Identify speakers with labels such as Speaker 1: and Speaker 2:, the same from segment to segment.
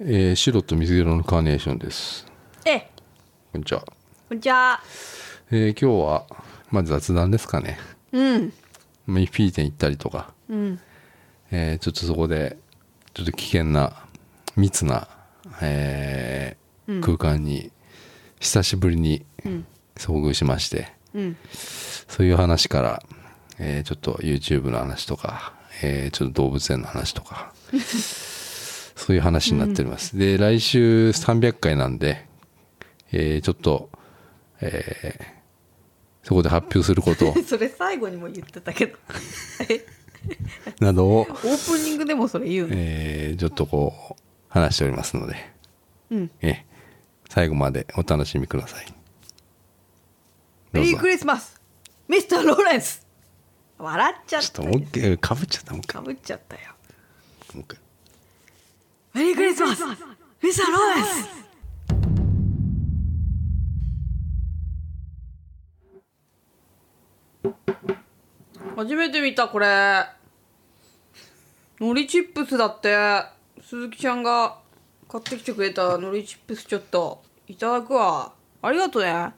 Speaker 1: えー白と水色のカーネーションです。
Speaker 2: ええ
Speaker 1: こんにちは。
Speaker 2: こんにちは
Speaker 1: えー今日は、まあ、雑談ですかね。
Speaker 2: うん
Speaker 1: まあフィーテン行ったりとか、
Speaker 2: うん
Speaker 1: えーちょっとそこで、ちょっと危険な、密な、えー空間に、久しぶりに
Speaker 2: ん
Speaker 1: 遭遇しまして、
Speaker 2: うん
Speaker 1: そういう話から、えーちょっと YouTube の話とか、えーちょっと動物園の話と か、そういう話になっております。で、来週300回なんで、えーちょっと、えーそこで発表すること
Speaker 2: それ最後にも言ってたけどえ
Speaker 1: など を
Speaker 2: オ、ープニングでもそれ言うの
Speaker 1: えーちょっとこう、話しておりますので、
Speaker 2: うん
Speaker 1: えー最後までお楽しみください。ど
Speaker 2: メ
Speaker 1: う
Speaker 2: リ
Speaker 1: ぞ
Speaker 2: ークリスマスミスター・ローレンス笑っちゃっ
Speaker 1: ち
Speaker 2: た
Speaker 1: ょっともう一回、かぶっちゃった、もう一
Speaker 2: かぶっちゃったよ
Speaker 1: 回もう一回。
Speaker 2: メリークリスマスミスター・ローレンス初めて見たこれのりチップスだって鈴木ちゃんが買ってきてくれたのりチップスちょっといただくわありがとねあ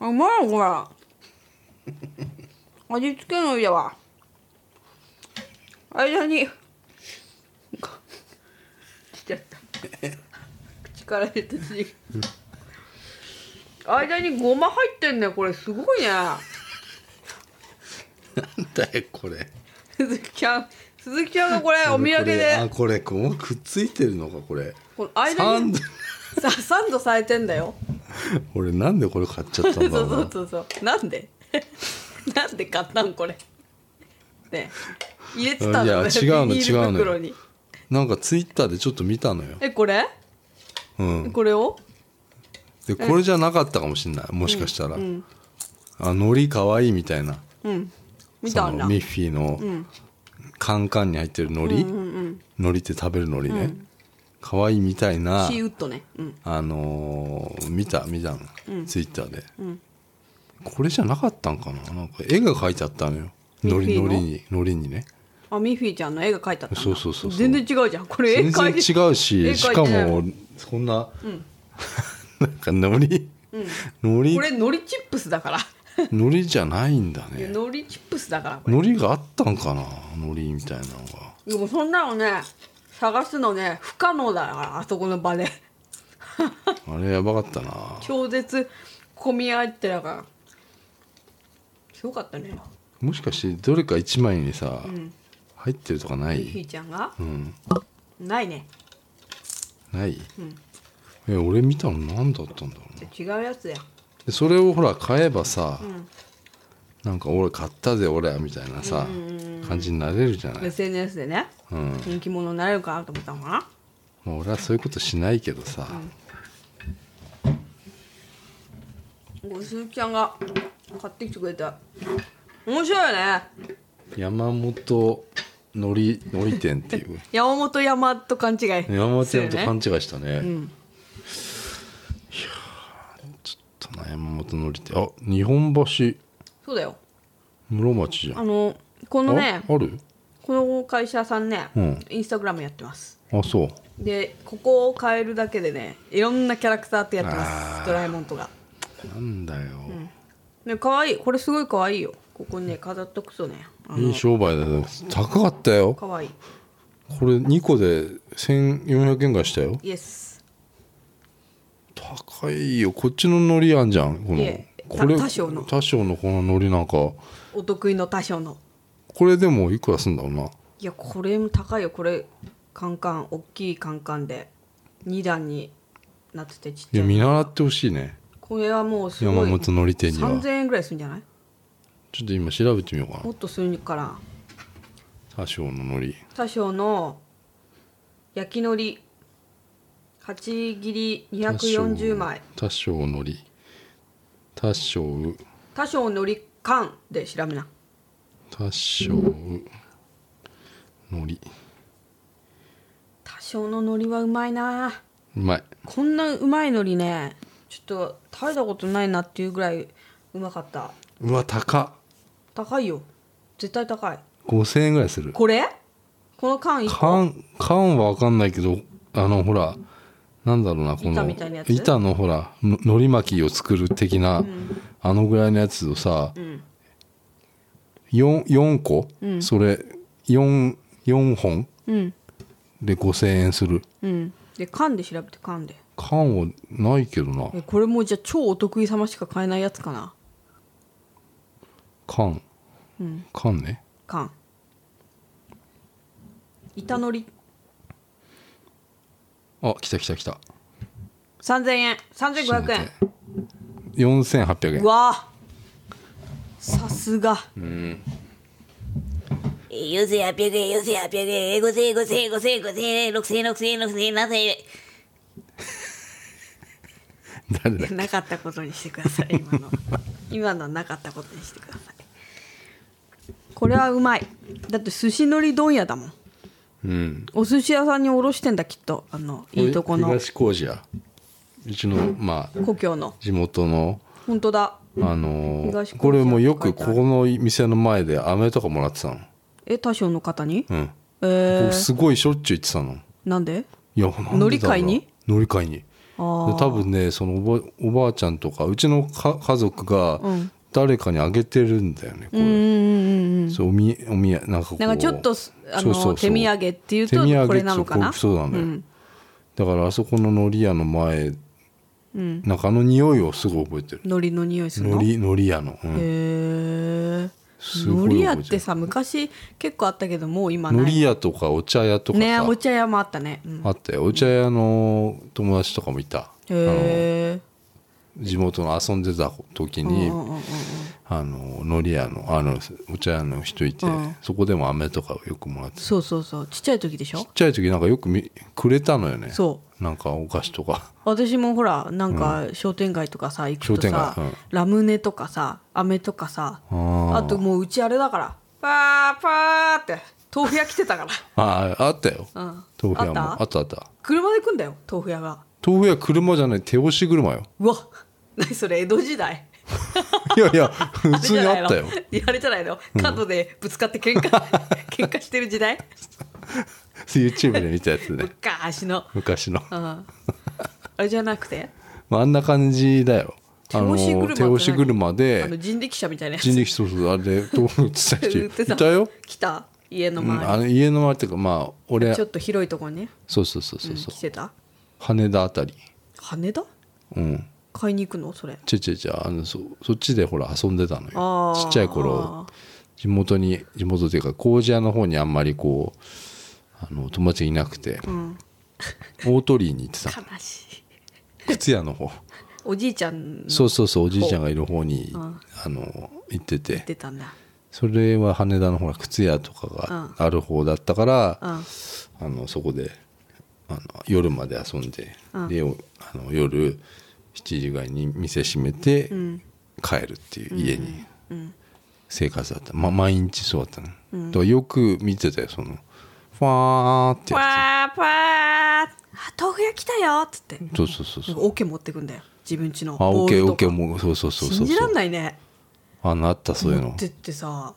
Speaker 2: うまいわ これ味付けのりだわ間に 来ちゃった 口から出たし 間にごま入ってんねこれすごいね
Speaker 1: なんだよ、これ。
Speaker 2: 鈴木ちゃん鈴木ちゃんがこれお土産
Speaker 1: これあ
Speaker 2: で
Speaker 1: これこうくっついてるのかこれ
Speaker 2: この間に
Speaker 1: サンド
Speaker 2: さサンドされてんだよ
Speaker 1: 俺なんでこれ買っちゃった
Speaker 2: そうん
Speaker 1: だ ろ
Speaker 2: そ
Speaker 1: う
Speaker 2: う
Speaker 1: な
Speaker 2: そうそうなんで なんで買ったんこれね入れてたの
Speaker 1: いや違うの
Speaker 2: ビニール
Speaker 1: 違うの
Speaker 2: 袋に
Speaker 1: なんかツイッターでちょっと見たのよ、
Speaker 2: えこれ
Speaker 1: うん、
Speaker 2: これを
Speaker 1: でこれじゃなかったかもしれないもしかしたら、あ海苔かわいいみたいな
Speaker 2: うん見
Speaker 1: そ
Speaker 2: た
Speaker 1: の
Speaker 2: んだ
Speaker 1: ミッフィーのカンカンに入ってる海苔、海苔って食べる海苔ね、かわいいみたいな
Speaker 2: シーウッドねうん
Speaker 1: あのー見た見たの、ツイッターで、これじゃなかったんかななんか絵が描いてあったのよ
Speaker 2: ミッフ
Speaker 1: 海
Speaker 2: ィー
Speaker 1: 苔
Speaker 2: の
Speaker 1: 海苔に海苔にね
Speaker 2: あミッフィーちゃんの絵が描いてあったんだ
Speaker 1: そうそうそうそう
Speaker 2: 全然違うじゃんこれ絵
Speaker 1: 全
Speaker 2: 描
Speaker 1: 然
Speaker 2: い
Speaker 1: 違う
Speaker 2: て絵描い
Speaker 1: してしかもそんな、なんかのりのり
Speaker 2: これのりチップスだから
Speaker 1: のりじゃないんだ
Speaker 2: いや
Speaker 1: ね
Speaker 2: のりチップスだからこれ
Speaker 1: のりがあったんかなのりみたいなのが
Speaker 2: でもそんなのね探すのね不可能だからあそこの場で
Speaker 1: あれやばかったな
Speaker 2: 超絶混み合ってだからすごかったね
Speaker 1: もしかしてどれか一枚にさ、入ってるとかな
Speaker 2: ひ
Speaker 1: い
Speaker 2: ーちゃんが
Speaker 1: うん
Speaker 2: ないね
Speaker 1: ない、え俺見たの何だったんだろうな
Speaker 2: 違うやつや
Speaker 1: でそれをほら買えばさ、なんか俺買ったぜ俺はみたいなさ、感じになれるじゃない、
Speaker 2: SNS でね
Speaker 1: うん、
Speaker 2: 人気者になれるかなと思ったのかな
Speaker 1: まあ、俺はそういうことしないけどさ、
Speaker 2: お鈴木ちゃんが買ってきてくれた面白いよね
Speaker 1: 山本のりのり店っていう
Speaker 2: 山本山と勘違い
Speaker 1: 山本
Speaker 2: する
Speaker 1: 山
Speaker 2: よ
Speaker 1: と
Speaker 2: ね
Speaker 1: 勘違いしたね
Speaker 2: ん
Speaker 1: ちょっとな山本のり店あ日本橋
Speaker 2: そうだよ
Speaker 1: 室町じゃん
Speaker 2: あのこのね
Speaker 1: あある
Speaker 2: この会社さんね、
Speaker 1: うん
Speaker 2: インスタグラムやってます
Speaker 1: あそう
Speaker 2: でここを変えるだけでねいろんなキャラクターってやってま
Speaker 1: あー
Speaker 2: すドラえもんとか
Speaker 1: なんだよ、
Speaker 2: ね可愛いこれすごい可愛いよここね飾っとくとねあ
Speaker 1: い
Speaker 2: の
Speaker 1: い商売だよ高かったよ
Speaker 2: 可愛い
Speaker 1: これ2個で1400円ぐらいしたよ
Speaker 2: イエス
Speaker 1: 高いよこっちの海苔あんじゃんこ
Speaker 2: い
Speaker 1: の
Speaker 2: え
Speaker 1: これ
Speaker 2: た多少の
Speaker 1: 多少のこの海苔なんか
Speaker 2: お得意の多少の
Speaker 1: これでもいくらすんだろうない
Speaker 2: やこれも高いよこれカンカン大きいカンカンで2段になっててちっ
Speaker 1: い
Speaker 2: ち
Speaker 1: や
Speaker 2: ゃい
Speaker 1: 見習ってほしいね
Speaker 2: これはもうす
Speaker 1: 山
Speaker 2: ごい
Speaker 1: 本のり店には
Speaker 2: 3000円ぐらいするんじゃない
Speaker 1: ちょっと今調べてみようかな
Speaker 2: もっとするから
Speaker 1: 多少の海苔
Speaker 2: 多少の焼きのり8切り240枚
Speaker 1: 多少のり多少う
Speaker 2: 多少のり缶で調べな
Speaker 1: 多少うのり
Speaker 2: 多少ののりはうまいな
Speaker 1: うまい
Speaker 2: こんなうまいのりねちょっと食べたことないなっていうぐらいうまかった
Speaker 1: うわ高っ
Speaker 2: 高いよ絶対高い
Speaker 1: 5000円ぐらいする
Speaker 2: これ
Speaker 3: この缶一個
Speaker 1: 缶缶は分かんないけどあのほらなんだろうなこの
Speaker 3: 板みたいなやつ
Speaker 1: 板のほらののり巻きを作る的な、
Speaker 3: ん
Speaker 1: あのぐらいのやつをさ、
Speaker 3: ん
Speaker 1: 四四 4, 個、
Speaker 3: うん
Speaker 1: それ 4, 四本
Speaker 3: うん
Speaker 1: で5,000円する
Speaker 3: うんで缶で調べて缶で
Speaker 1: 缶はないけどな
Speaker 3: えこれもじゃあ超お得意様しか買えないやつかな
Speaker 1: 缶
Speaker 3: うん
Speaker 1: 缶ね
Speaker 3: 缶板のり
Speaker 1: あ来た来た来た
Speaker 3: 3000円3500円
Speaker 1: 4800
Speaker 3: う
Speaker 1: 円
Speaker 3: わあさすが
Speaker 2: 四千八百円、四千八百円、五千、五千、五千、五千、六千、六千、六千、七千。
Speaker 1: 誰だ
Speaker 3: なかったことにしてください 今の今のはなかったことにしてくださいこれはうまいだって寿司のり問屋だもん
Speaker 1: うん
Speaker 3: お寿司屋さんにおろしてんだきっとあのいいとこ
Speaker 1: れ
Speaker 3: の
Speaker 1: 東麹やうちのまあ
Speaker 3: 故郷の
Speaker 1: 地元の
Speaker 3: 本当だ
Speaker 1: あの
Speaker 3: 東麹
Speaker 1: これもよく
Speaker 3: って書
Speaker 1: こ
Speaker 3: いてある
Speaker 1: この店の前で飴とかもらってたの
Speaker 3: え大将の方に、
Speaker 1: うん
Speaker 3: え
Speaker 1: 僕
Speaker 3: ー、
Speaker 1: すごいしょっちゅう行ってたの
Speaker 3: なんで
Speaker 1: いやなんでだろうな
Speaker 3: 乗り換えに
Speaker 1: 乗り換えにで
Speaker 3: あー
Speaker 1: 多分ねそのおばおばあちゃんとかうちのか家族が
Speaker 3: うん
Speaker 1: 誰かにあげてるんだよねこ
Speaker 3: うんうん
Speaker 1: れ
Speaker 3: うんうん
Speaker 1: そうおみおみやなんかこう
Speaker 3: なんかちょっとすあの
Speaker 1: そうそうそう
Speaker 3: 手土産っていう
Speaker 1: 手土
Speaker 3: と
Speaker 1: 産
Speaker 3: これなのかな
Speaker 1: そうなんだよ、
Speaker 3: ん
Speaker 1: だからあそこの海苔屋の前
Speaker 3: うん
Speaker 1: なんかあの匂いをすごい覚えてる
Speaker 3: 海苔の匂いする
Speaker 1: 海苔海
Speaker 3: の
Speaker 1: 苔屋の、うん
Speaker 3: へえ
Speaker 1: す
Speaker 3: の
Speaker 1: ごい
Speaker 3: り屋ってさ昔結構あったけどもう今
Speaker 1: 海
Speaker 3: ない
Speaker 1: 苔屋とかお茶屋とかさ、
Speaker 3: ねお茶屋もあったね、うん
Speaker 1: あったよお茶屋の友達とかもいた、
Speaker 3: へえ
Speaker 1: 地元の遊んでた時
Speaker 3: うんう
Speaker 1: に、
Speaker 3: んうんうん
Speaker 1: あの海苔屋のあのお茶屋の人いて、
Speaker 3: うん
Speaker 1: そこでも飴とかをよくもらってちっ
Speaker 3: そうそうそうちっちゃい時でしょ
Speaker 1: ちゃい時なんかよくみくれたのよね
Speaker 3: そう
Speaker 1: なんかお菓子とか
Speaker 3: 私もほらなんか商店街とかさ行くとさ、
Speaker 1: 商店街うん
Speaker 3: ラムネとかさ飴とかさ
Speaker 1: あ
Speaker 3: あ
Speaker 1: ー
Speaker 3: ともううちあれだからパーパーって豆腐屋来 てたか
Speaker 1: あーあったよ、
Speaker 3: ら、うん、
Speaker 1: 豆腐屋も
Speaker 3: あった
Speaker 1: あったあった
Speaker 3: 車で行くんだよ豆腐屋が
Speaker 1: 豆腐屋車じゃない手押し 車よ
Speaker 3: うわ何それ江戸時代
Speaker 1: いやいや普通にあったよ
Speaker 3: いやあれじゃないの角でぶつかって喧嘩喧嘩してる時代
Speaker 1: YouTube で見たやつね
Speaker 3: 昔の、
Speaker 1: 昔の
Speaker 3: うん、あれじゃなくて
Speaker 1: まああんな感じだよ
Speaker 3: 手押し
Speaker 1: あ
Speaker 3: 車って
Speaker 1: の
Speaker 3: 何
Speaker 1: 手押し車
Speaker 3: あの
Speaker 1: で
Speaker 3: 人力車みたいなやつ
Speaker 1: 人力そうそうあれ で豆腐売ってた
Speaker 3: 売っ
Speaker 1: 人
Speaker 3: てた
Speaker 1: いたよ、
Speaker 3: 来た家の
Speaker 1: うん、あ
Speaker 3: 周り、
Speaker 1: の家の周りっていうかまあ俺
Speaker 3: ちょっと広いとこにね、
Speaker 1: そうそうそうそう
Speaker 3: うん
Speaker 1: そう
Speaker 3: 来てた
Speaker 1: 羽田あたり
Speaker 3: 羽田
Speaker 1: うん
Speaker 3: 買いに行くのそれ
Speaker 1: ちょいちょいちょいあのそそっちでほら遊んでたのよ
Speaker 3: あー
Speaker 1: ちっちゃい頃地元に地元というか麹屋の方にあんまりこうあの友達がいなくて、大鳥居に行ってた
Speaker 3: 悲しい
Speaker 1: 靴屋の方
Speaker 3: おじいちゃん
Speaker 1: そうそうそうおじいちゃんがいる方に
Speaker 3: ん
Speaker 1: あの行ってて
Speaker 3: 出たんだ
Speaker 1: それは羽田のほら靴屋とかがある方だったから、
Speaker 3: うん
Speaker 1: あのそこであの夜まで遊んで、でおあの夜7時ぐらいに店閉めて帰るっていう家に生活だった、ま、毎日そうだったの、だからよく見てたよそのファーってや
Speaker 3: パーパーあ豆腐屋来たよっつって
Speaker 1: つそうそうそうそう
Speaker 3: オケ持ってくんだよ自分家の
Speaker 1: あオッ
Speaker 3: ボー
Speaker 1: ケー
Speaker 3: ル
Speaker 1: オッ
Speaker 3: と
Speaker 1: ケー
Speaker 3: か
Speaker 1: もうそうそうそうそ
Speaker 3: 信
Speaker 1: う
Speaker 3: じら
Speaker 1: そ
Speaker 3: ん
Speaker 1: う
Speaker 3: ないね
Speaker 1: あのあったそういうの
Speaker 3: ってってさ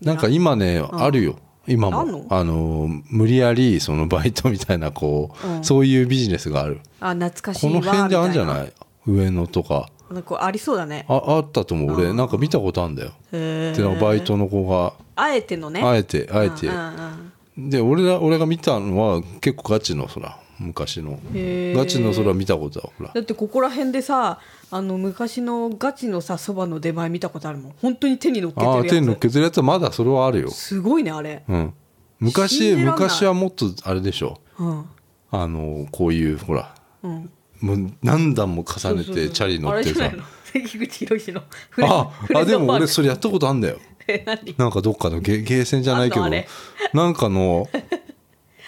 Speaker 1: なんか今ね、あるよ今
Speaker 3: あんの
Speaker 1: もあの無理やりそのバイトみたいなこう、
Speaker 3: うん
Speaker 1: そういうビジネスがある
Speaker 3: あ懐かしい
Speaker 1: こ
Speaker 3: わ
Speaker 1: の辺であるんじゃ
Speaker 3: みた
Speaker 1: ないい上野とか
Speaker 3: ななんかありそうだね
Speaker 1: ああったと思う俺なんか見たことあるんだよ
Speaker 3: へ
Speaker 1: で
Speaker 3: え
Speaker 1: なんかバイトの子が
Speaker 3: あえてのね
Speaker 1: あえてあえて
Speaker 3: うんうん
Speaker 1: で俺ら俺が見たのは結構ガチの空昔の
Speaker 3: へー
Speaker 1: ガチの空見たことはほら
Speaker 3: だってここら辺でさあの昔のガチのさそばの出前見たことあるもん本当に手に乗っけてる
Speaker 1: あ
Speaker 3: や
Speaker 1: あ
Speaker 3: つ
Speaker 1: 手に乗っけてるやつはまだそれはあるよ、
Speaker 3: すごいねあれ、
Speaker 1: うん、昔
Speaker 3: 信じらんない
Speaker 1: 昔はもっとあれでしょ
Speaker 3: うん
Speaker 1: あのこういうほら
Speaker 3: うん、
Speaker 1: もう何段も重ね
Speaker 3: そうそう
Speaker 1: て
Speaker 3: そう
Speaker 1: チャリ乗って
Speaker 3: あれじゃ
Speaker 1: さ
Speaker 3: ないの関口宏のフレン
Speaker 1: あ
Speaker 3: フレ
Speaker 1: あ
Speaker 3: ン
Speaker 1: で
Speaker 3: ド
Speaker 1: も
Speaker 3: パ
Speaker 1: 俺
Speaker 3: ーク
Speaker 1: それやったことあんだよ
Speaker 3: え何
Speaker 1: なんかどっかのゲゲーセンじゃないけ
Speaker 3: あ
Speaker 1: ど
Speaker 3: んのあれ
Speaker 1: なんかの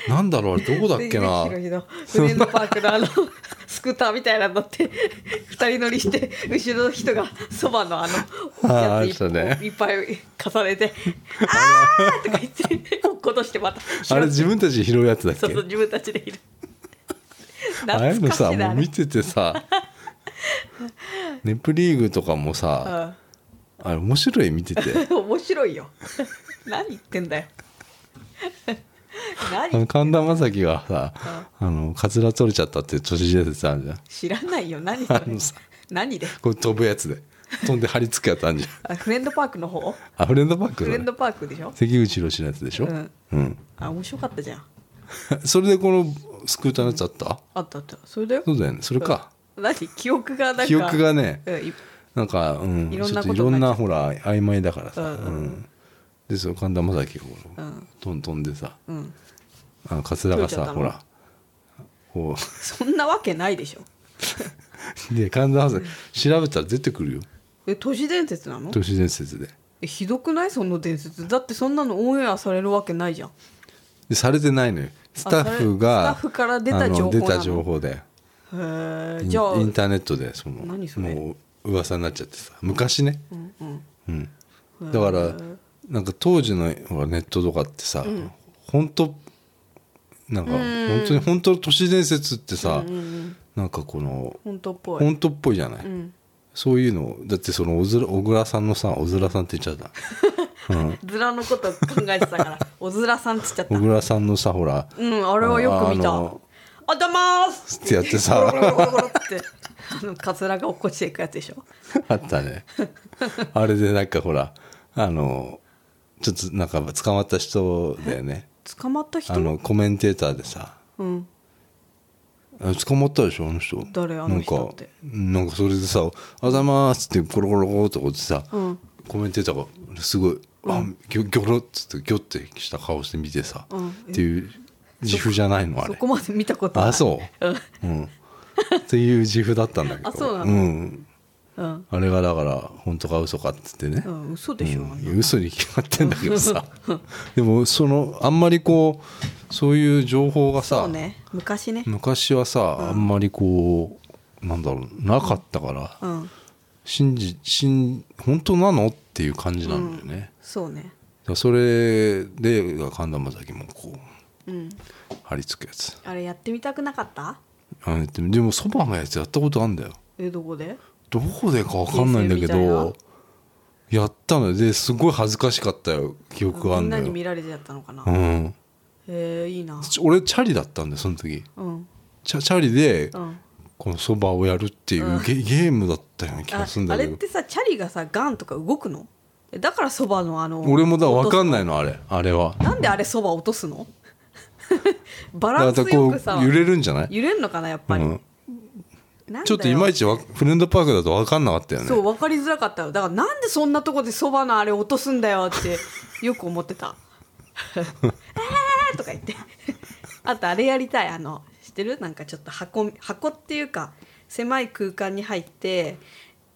Speaker 1: なんだろうあれどこだっけな
Speaker 3: 関口宏のフレンドパーク のあのスクーターみたいなの乗って二人乗りして後ろの人がそばのあの
Speaker 1: あー
Speaker 3: やつ
Speaker 1: あれしたね
Speaker 3: いっぱい重ねて「あー!」とか言って落っことしてまた
Speaker 1: あれ自分たちで拾うやつだっ
Speaker 3: そうそう
Speaker 1: け
Speaker 3: 自分たちでいる
Speaker 1: ああいうの
Speaker 3: 懐かしいな
Speaker 1: さ
Speaker 3: あれ
Speaker 1: もう見てて さネプリーグとかもさあれ 面白い見てて
Speaker 3: うん面白いよ何言ってんだよ
Speaker 1: あ
Speaker 3: 何
Speaker 1: の神田正輝がさ、あの、カツラ取れちゃったって都市伝説あるじゃん。
Speaker 3: 知らないよ何そ
Speaker 1: あ
Speaker 3: れ
Speaker 1: のさ
Speaker 3: 何で
Speaker 1: これ飛ぶやつで。飛んで張り付くやつあるじゃん。
Speaker 3: あフレンドパークの方
Speaker 1: あ、フレンドパック
Speaker 3: フレ
Speaker 1: だ
Speaker 3: ン
Speaker 1: ね。
Speaker 3: ドパークでしょ
Speaker 1: 関口宏のやつでしょ。
Speaker 3: うん
Speaker 1: うん。
Speaker 3: あ面白かったじゃん
Speaker 1: それでこのスクーターのやつあった
Speaker 3: あったあったそれだよ
Speaker 1: そうだよね。それか。
Speaker 3: 何記憶がなんか
Speaker 1: 記憶がね、
Speaker 3: うんい
Speaker 1: なんか、うん、
Speaker 3: いろんな
Speaker 1: ちょ
Speaker 3: こと
Speaker 1: っといろんなほら曖昧だからさ、
Speaker 3: うんうん
Speaker 1: うんでその神田正輝がこう
Speaker 3: うん
Speaker 1: トントンでさ
Speaker 3: うん
Speaker 1: あのカツラが
Speaker 3: 取れちゃっ
Speaker 1: さ
Speaker 3: たの
Speaker 1: ほらこ
Speaker 3: そんなわけないでしょ
Speaker 1: う で神田正輝調べたら出てくるよ
Speaker 3: え都市伝説なの
Speaker 1: 都市伝説で
Speaker 3: えひどくないその伝説だってそんなのオンエアされるわけないじゃん
Speaker 1: でされてないのよスタッフ
Speaker 3: あ
Speaker 1: が
Speaker 3: それスタッフから出た情報
Speaker 1: あの出
Speaker 3: な
Speaker 1: た
Speaker 3: の
Speaker 1: 情報で
Speaker 3: へ
Speaker 1: イ
Speaker 3: え
Speaker 1: ン
Speaker 3: じゃあ
Speaker 1: インターネットでその
Speaker 3: 何それ
Speaker 1: もう噂になっちゃってさ昔ね、
Speaker 3: うんうん
Speaker 1: うん、だからなんか当時のほらネットとかってさ、本当なんか本当に本当の都市伝説ってさ、なんかこの
Speaker 3: 本当っぽい
Speaker 1: 本当っぽいじゃない、
Speaker 3: ん
Speaker 1: そういうのだってその小倉小倉さんのさ小倉さんって言っちゃった、うん、
Speaker 3: ずらのこと考えてた からおずらさんっつっちゃった
Speaker 1: 小倉さんのさほら
Speaker 3: うんあれはよく見た
Speaker 1: あ
Speaker 3: あ
Speaker 1: の
Speaker 3: ざまーす
Speaker 1: ってやって
Speaker 3: ゴロゴ
Speaker 1: さ
Speaker 3: ロゴロゴロってあのカツラが落っこちていくやつでしょ
Speaker 1: あったねあれでなんかほらあのちょっとなんか捕まった人だよね
Speaker 3: 捕まった
Speaker 1: あ
Speaker 3: 人
Speaker 1: のコメンテーターでさ
Speaker 3: うん
Speaker 1: あ捕まったでしょあの人
Speaker 3: 誰あの人って
Speaker 1: なんかなんかそれでさ「あざまーす」ってゴロゴロゴロってこうやってさ、
Speaker 3: うん
Speaker 1: コメンテーターがすごい「あギョギョロ」っつってギョってした顔して見てさ、
Speaker 3: うん
Speaker 1: っていう自負じゃないのあ
Speaker 3: そ
Speaker 1: れ
Speaker 3: こまで見たことない
Speaker 1: あそう
Speaker 3: うん
Speaker 1: うんっていう自負だったんだけど
Speaker 3: あそうなの
Speaker 1: ん、
Speaker 3: うん
Speaker 1: あれがだから本当か嘘かっつってね、
Speaker 3: うん嘘でしょあんな
Speaker 1: うん嘘に決まってんだけど さでもそのあんまりこうそういう情報がさ
Speaker 3: そうね昔ね
Speaker 1: 昔はさ、あんまりこうなんだろうなかったから、
Speaker 3: うん
Speaker 1: 信じ信本当なのっていう感じなんだよね、だか
Speaker 3: そうね
Speaker 1: らそれで神田正輝もこ
Speaker 3: うん
Speaker 1: う貼り付くやつ
Speaker 3: あれやってみたくなかった
Speaker 1: あのでもでもそばのやつやったことあるんだよ
Speaker 3: えどこで
Speaker 1: どこでか分かんないんだけ
Speaker 3: 人生みたいな
Speaker 1: どやったのよですごい恥ずかしかったよ記憶があ
Speaker 3: み
Speaker 1: る
Speaker 3: んなに
Speaker 1: の
Speaker 3: 見
Speaker 1: よ、
Speaker 3: られちゃったのかな、
Speaker 1: う
Speaker 3: へ
Speaker 1: ん、
Speaker 3: えいいな
Speaker 1: ち俺チャリだったんだよその時
Speaker 3: うん
Speaker 1: チャチャリで
Speaker 3: うん
Speaker 1: このそばをやるっていうゲ,、ゲームだったような気が
Speaker 3: あ
Speaker 1: するんだ
Speaker 3: あれ
Speaker 1: け
Speaker 3: っ
Speaker 1: ど
Speaker 3: てさチャリがさガンとか動くのえだからそばのあの
Speaker 1: 俺もだから分かん
Speaker 3: い
Speaker 1: ないのあれあれは
Speaker 3: なんであれそば落とすの バ
Speaker 1: だ
Speaker 3: ランス
Speaker 1: からこ
Speaker 3: よくさ
Speaker 1: う揺れるんじゃない、
Speaker 3: 揺れんのかなやっぱり、
Speaker 1: うん、
Speaker 3: なんだよ
Speaker 1: ちょっといまいちわフレンドパークだと分かんなかったよね
Speaker 3: そう分かりづらかったよだからなんでそんなとこでそばのあれ落とすんだよってよく思ってた「えー!」とか言ってあとあれやりたいあの知ってるなんかちょっと箱箱っていうか狭い空間に入って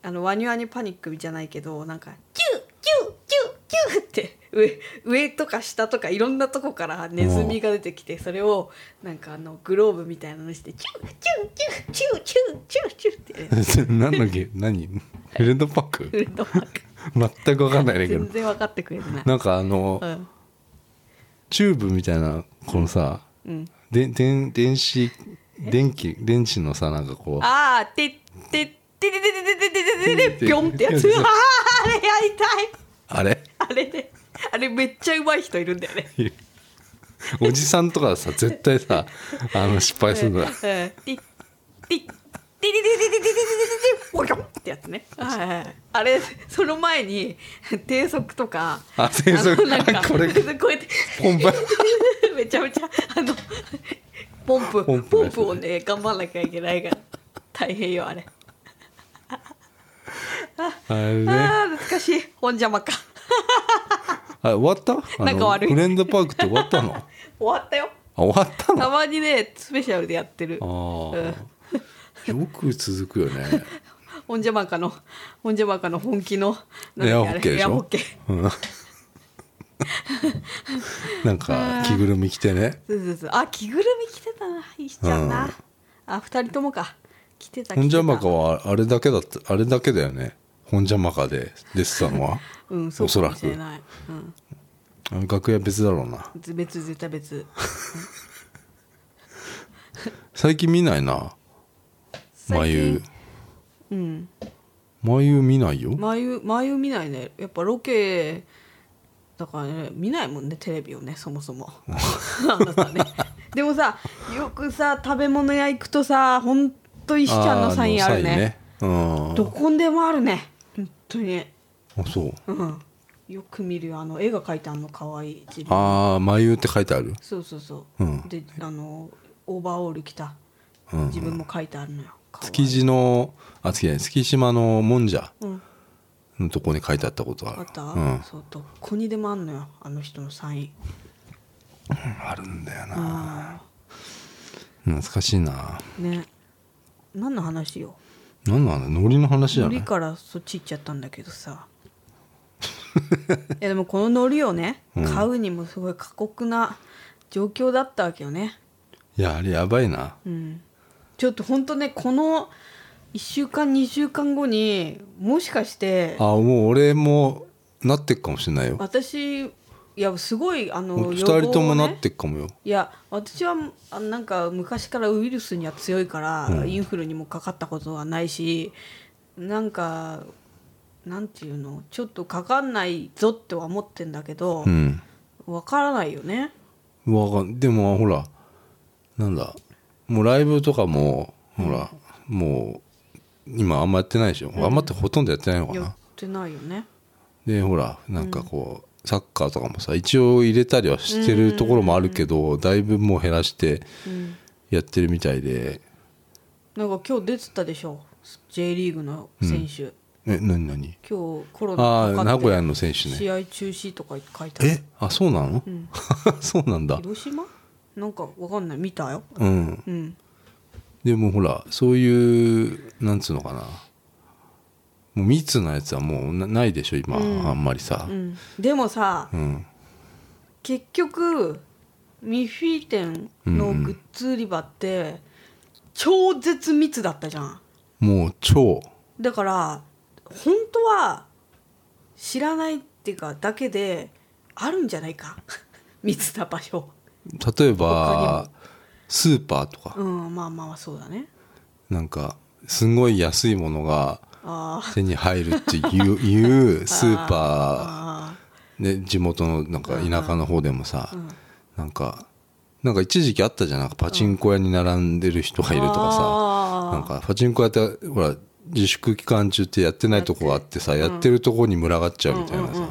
Speaker 3: あのワニワニパニックじゃないけどなんか「キューキューキューキュー」って上上とか下とかいろんなとこからネズミが出てきてそれをなんかあのグローブみたいなのにして「キューキューキューキューキューキューキュー」ってや る
Speaker 1: 何のゲーム何フレンドパーク
Speaker 3: フレンドマーク。
Speaker 1: 全く分かんないんだけど
Speaker 3: 全然分かってくれてない。
Speaker 1: なんかあの
Speaker 3: うん
Speaker 1: チューブみたいなこのさ、
Speaker 3: うん、
Speaker 1: で電電子電気電子のさなんかこう
Speaker 3: ああ、てててててててててててぴょんってやつ。
Speaker 1: そう
Speaker 3: あ
Speaker 1: そう
Speaker 3: あ、あれやりたい。
Speaker 1: あれ
Speaker 3: あれで、あれめっちゃ上手い人いるんだよね。
Speaker 1: おじさんとかさ絶対さあの失敗する
Speaker 3: うんん、
Speaker 1: だ
Speaker 3: て
Speaker 1: よ
Speaker 3: ててててててててててぽよんってやつね。はいはいはい。あれその前に低速とか、
Speaker 1: あ低速
Speaker 3: あのなんか
Speaker 1: あこれ
Speaker 3: こうやって。
Speaker 1: ポンパ
Speaker 3: めちゃめちゃあのポンプ
Speaker 1: ポ
Speaker 3: ポ
Speaker 1: ン
Speaker 3: ン
Speaker 1: プのやつね
Speaker 3: プをね頑張んなきゃいけないから大変よあれ
Speaker 1: あれね
Speaker 3: あー懐かしい本邪魔か
Speaker 1: あ終わったあの
Speaker 3: なんか悪い
Speaker 1: フレンドパークって終わった のあ
Speaker 3: 終わったよ
Speaker 1: 終わったの
Speaker 3: たまにねスペシャルでやってる
Speaker 1: ああ、よく続くよね。
Speaker 3: 本邪魔かの本邪魔かの本気の
Speaker 1: エアホ
Speaker 3: なんだ
Speaker 1: ッ
Speaker 3: っ
Speaker 1: ケ
Speaker 3: け
Speaker 1: ーでし
Speaker 3: あれエアホ
Speaker 1: ょ
Speaker 3: ッケー。
Speaker 1: うんなんか着ぐるみ着てね。
Speaker 3: そうそうそうあ着ぐるみ着てたなひしちゃんな、あ二人ともか着てた
Speaker 1: 本邪魔
Speaker 3: 着
Speaker 1: か
Speaker 3: て
Speaker 1: はあれだけだったあれだけだよね。本邪魔かで出てたの は
Speaker 3: たうんそ
Speaker 1: お
Speaker 3: うか
Speaker 1: そら
Speaker 3: もし
Speaker 1: く
Speaker 3: れないうん
Speaker 1: あの楽屋別だろうな。
Speaker 3: 別絶対別
Speaker 1: 最近見ないな。眉
Speaker 3: 最近うん
Speaker 1: 眉見ないよ。
Speaker 3: 眉眉見ないねやっぱロケだからね見ないもんねテレビをねそもそもあなたねでもさよくさ食べ物屋行くとさほんと石ちゃんのサインあるね
Speaker 1: あーあのサイン
Speaker 3: どこでもあるね本当に
Speaker 1: うんあそう
Speaker 3: うんよく見るよあの絵が描いてあるの可愛い自分
Speaker 1: ああ眉って書いてある
Speaker 3: そうそうそう、
Speaker 1: うん
Speaker 3: であのオーバーオール着た
Speaker 1: うん
Speaker 3: 自分も描いてあるのよ可愛い
Speaker 1: 築地のあ築地じゃない月島のもんじゃ
Speaker 3: うん
Speaker 1: のとこに書いてあったことある
Speaker 3: あった、
Speaker 1: うん、
Speaker 3: そうどこにでもあんのよあの人のサイン
Speaker 1: あるんだよな
Speaker 3: あ
Speaker 1: 懐かしいな
Speaker 3: あね何の話よ
Speaker 1: 何なんだ海苔の話じゃ
Speaker 3: 海
Speaker 1: ない
Speaker 3: 苔からそっち行っちゃったんだけどさいやでもこの海苔をね買うにもすごい過酷な状況だったわけよね
Speaker 1: いやあれやばいな
Speaker 3: うんちょっとほんとねこの1週間2週間後にもしかして
Speaker 1: あもう俺もなってっかもしれないよ
Speaker 3: 私いやすごいあの
Speaker 1: 2
Speaker 3: 予防をね
Speaker 1: 人ともなってっかもよ
Speaker 3: いや私はあなんか昔からウイルスには強いから、インフルにもかかったことはないしなんかなんていうのちょっとかかんないぞっては思ってんだけど
Speaker 1: う、ん
Speaker 3: わからないよね
Speaker 1: わかんでもほらなんだもうライブとかもほら、もう今あんまやってないでしょ、あんまってほとんどやってないのか
Speaker 3: や
Speaker 1: な
Speaker 3: ってないよね
Speaker 1: でほらなんかこう、サッカーとかもさ一応入れたりはしてるところもあるけど、だいぶもう減らしてやってるみたいで、
Speaker 3: なんか今日出てたでしょ J リーグの選手、
Speaker 1: え何何
Speaker 3: 今日コロナ
Speaker 1: あ
Speaker 3: か
Speaker 1: あ
Speaker 3: か
Speaker 1: 名
Speaker 3: って
Speaker 1: 古屋の選手ね
Speaker 3: 試合中止とか書いてある
Speaker 1: えあそうなの、 そうなんだ
Speaker 3: 広島なんかわかんない見たよ
Speaker 1: うん
Speaker 3: うん
Speaker 1: でもほらそういうなんつうのかなもう密なやつはもうなないでしょ今、あんまりさ
Speaker 3: うんでもさ、
Speaker 1: うん
Speaker 3: 結局ミッフィー店のグッズ売り場って超絶密だったじゃん
Speaker 1: もう超
Speaker 3: だから本当は知らないっていうかだけであるんじゃないか 密な場所
Speaker 1: 例えばスーパーとか
Speaker 3: うんまあまあそうだね
Speaker 1: なんかすごい安いものが
Speaker 3: あ
Speaker 1: 手に入るって いういうスーパ
Speaker 3: ーあ
Speaker 1: ー、ね、地元のなんか田舎の方でもさ、なんかなんか一時期あったじゃんなんかパチンコ屋に並んでる人がいるとかさ、
Speaker 3: あー
Speaker 1: なんかパチンコ屋ってほら自粛期間中ってやってないとこがあってさやってるとこに群がっちゃうみたいなさ、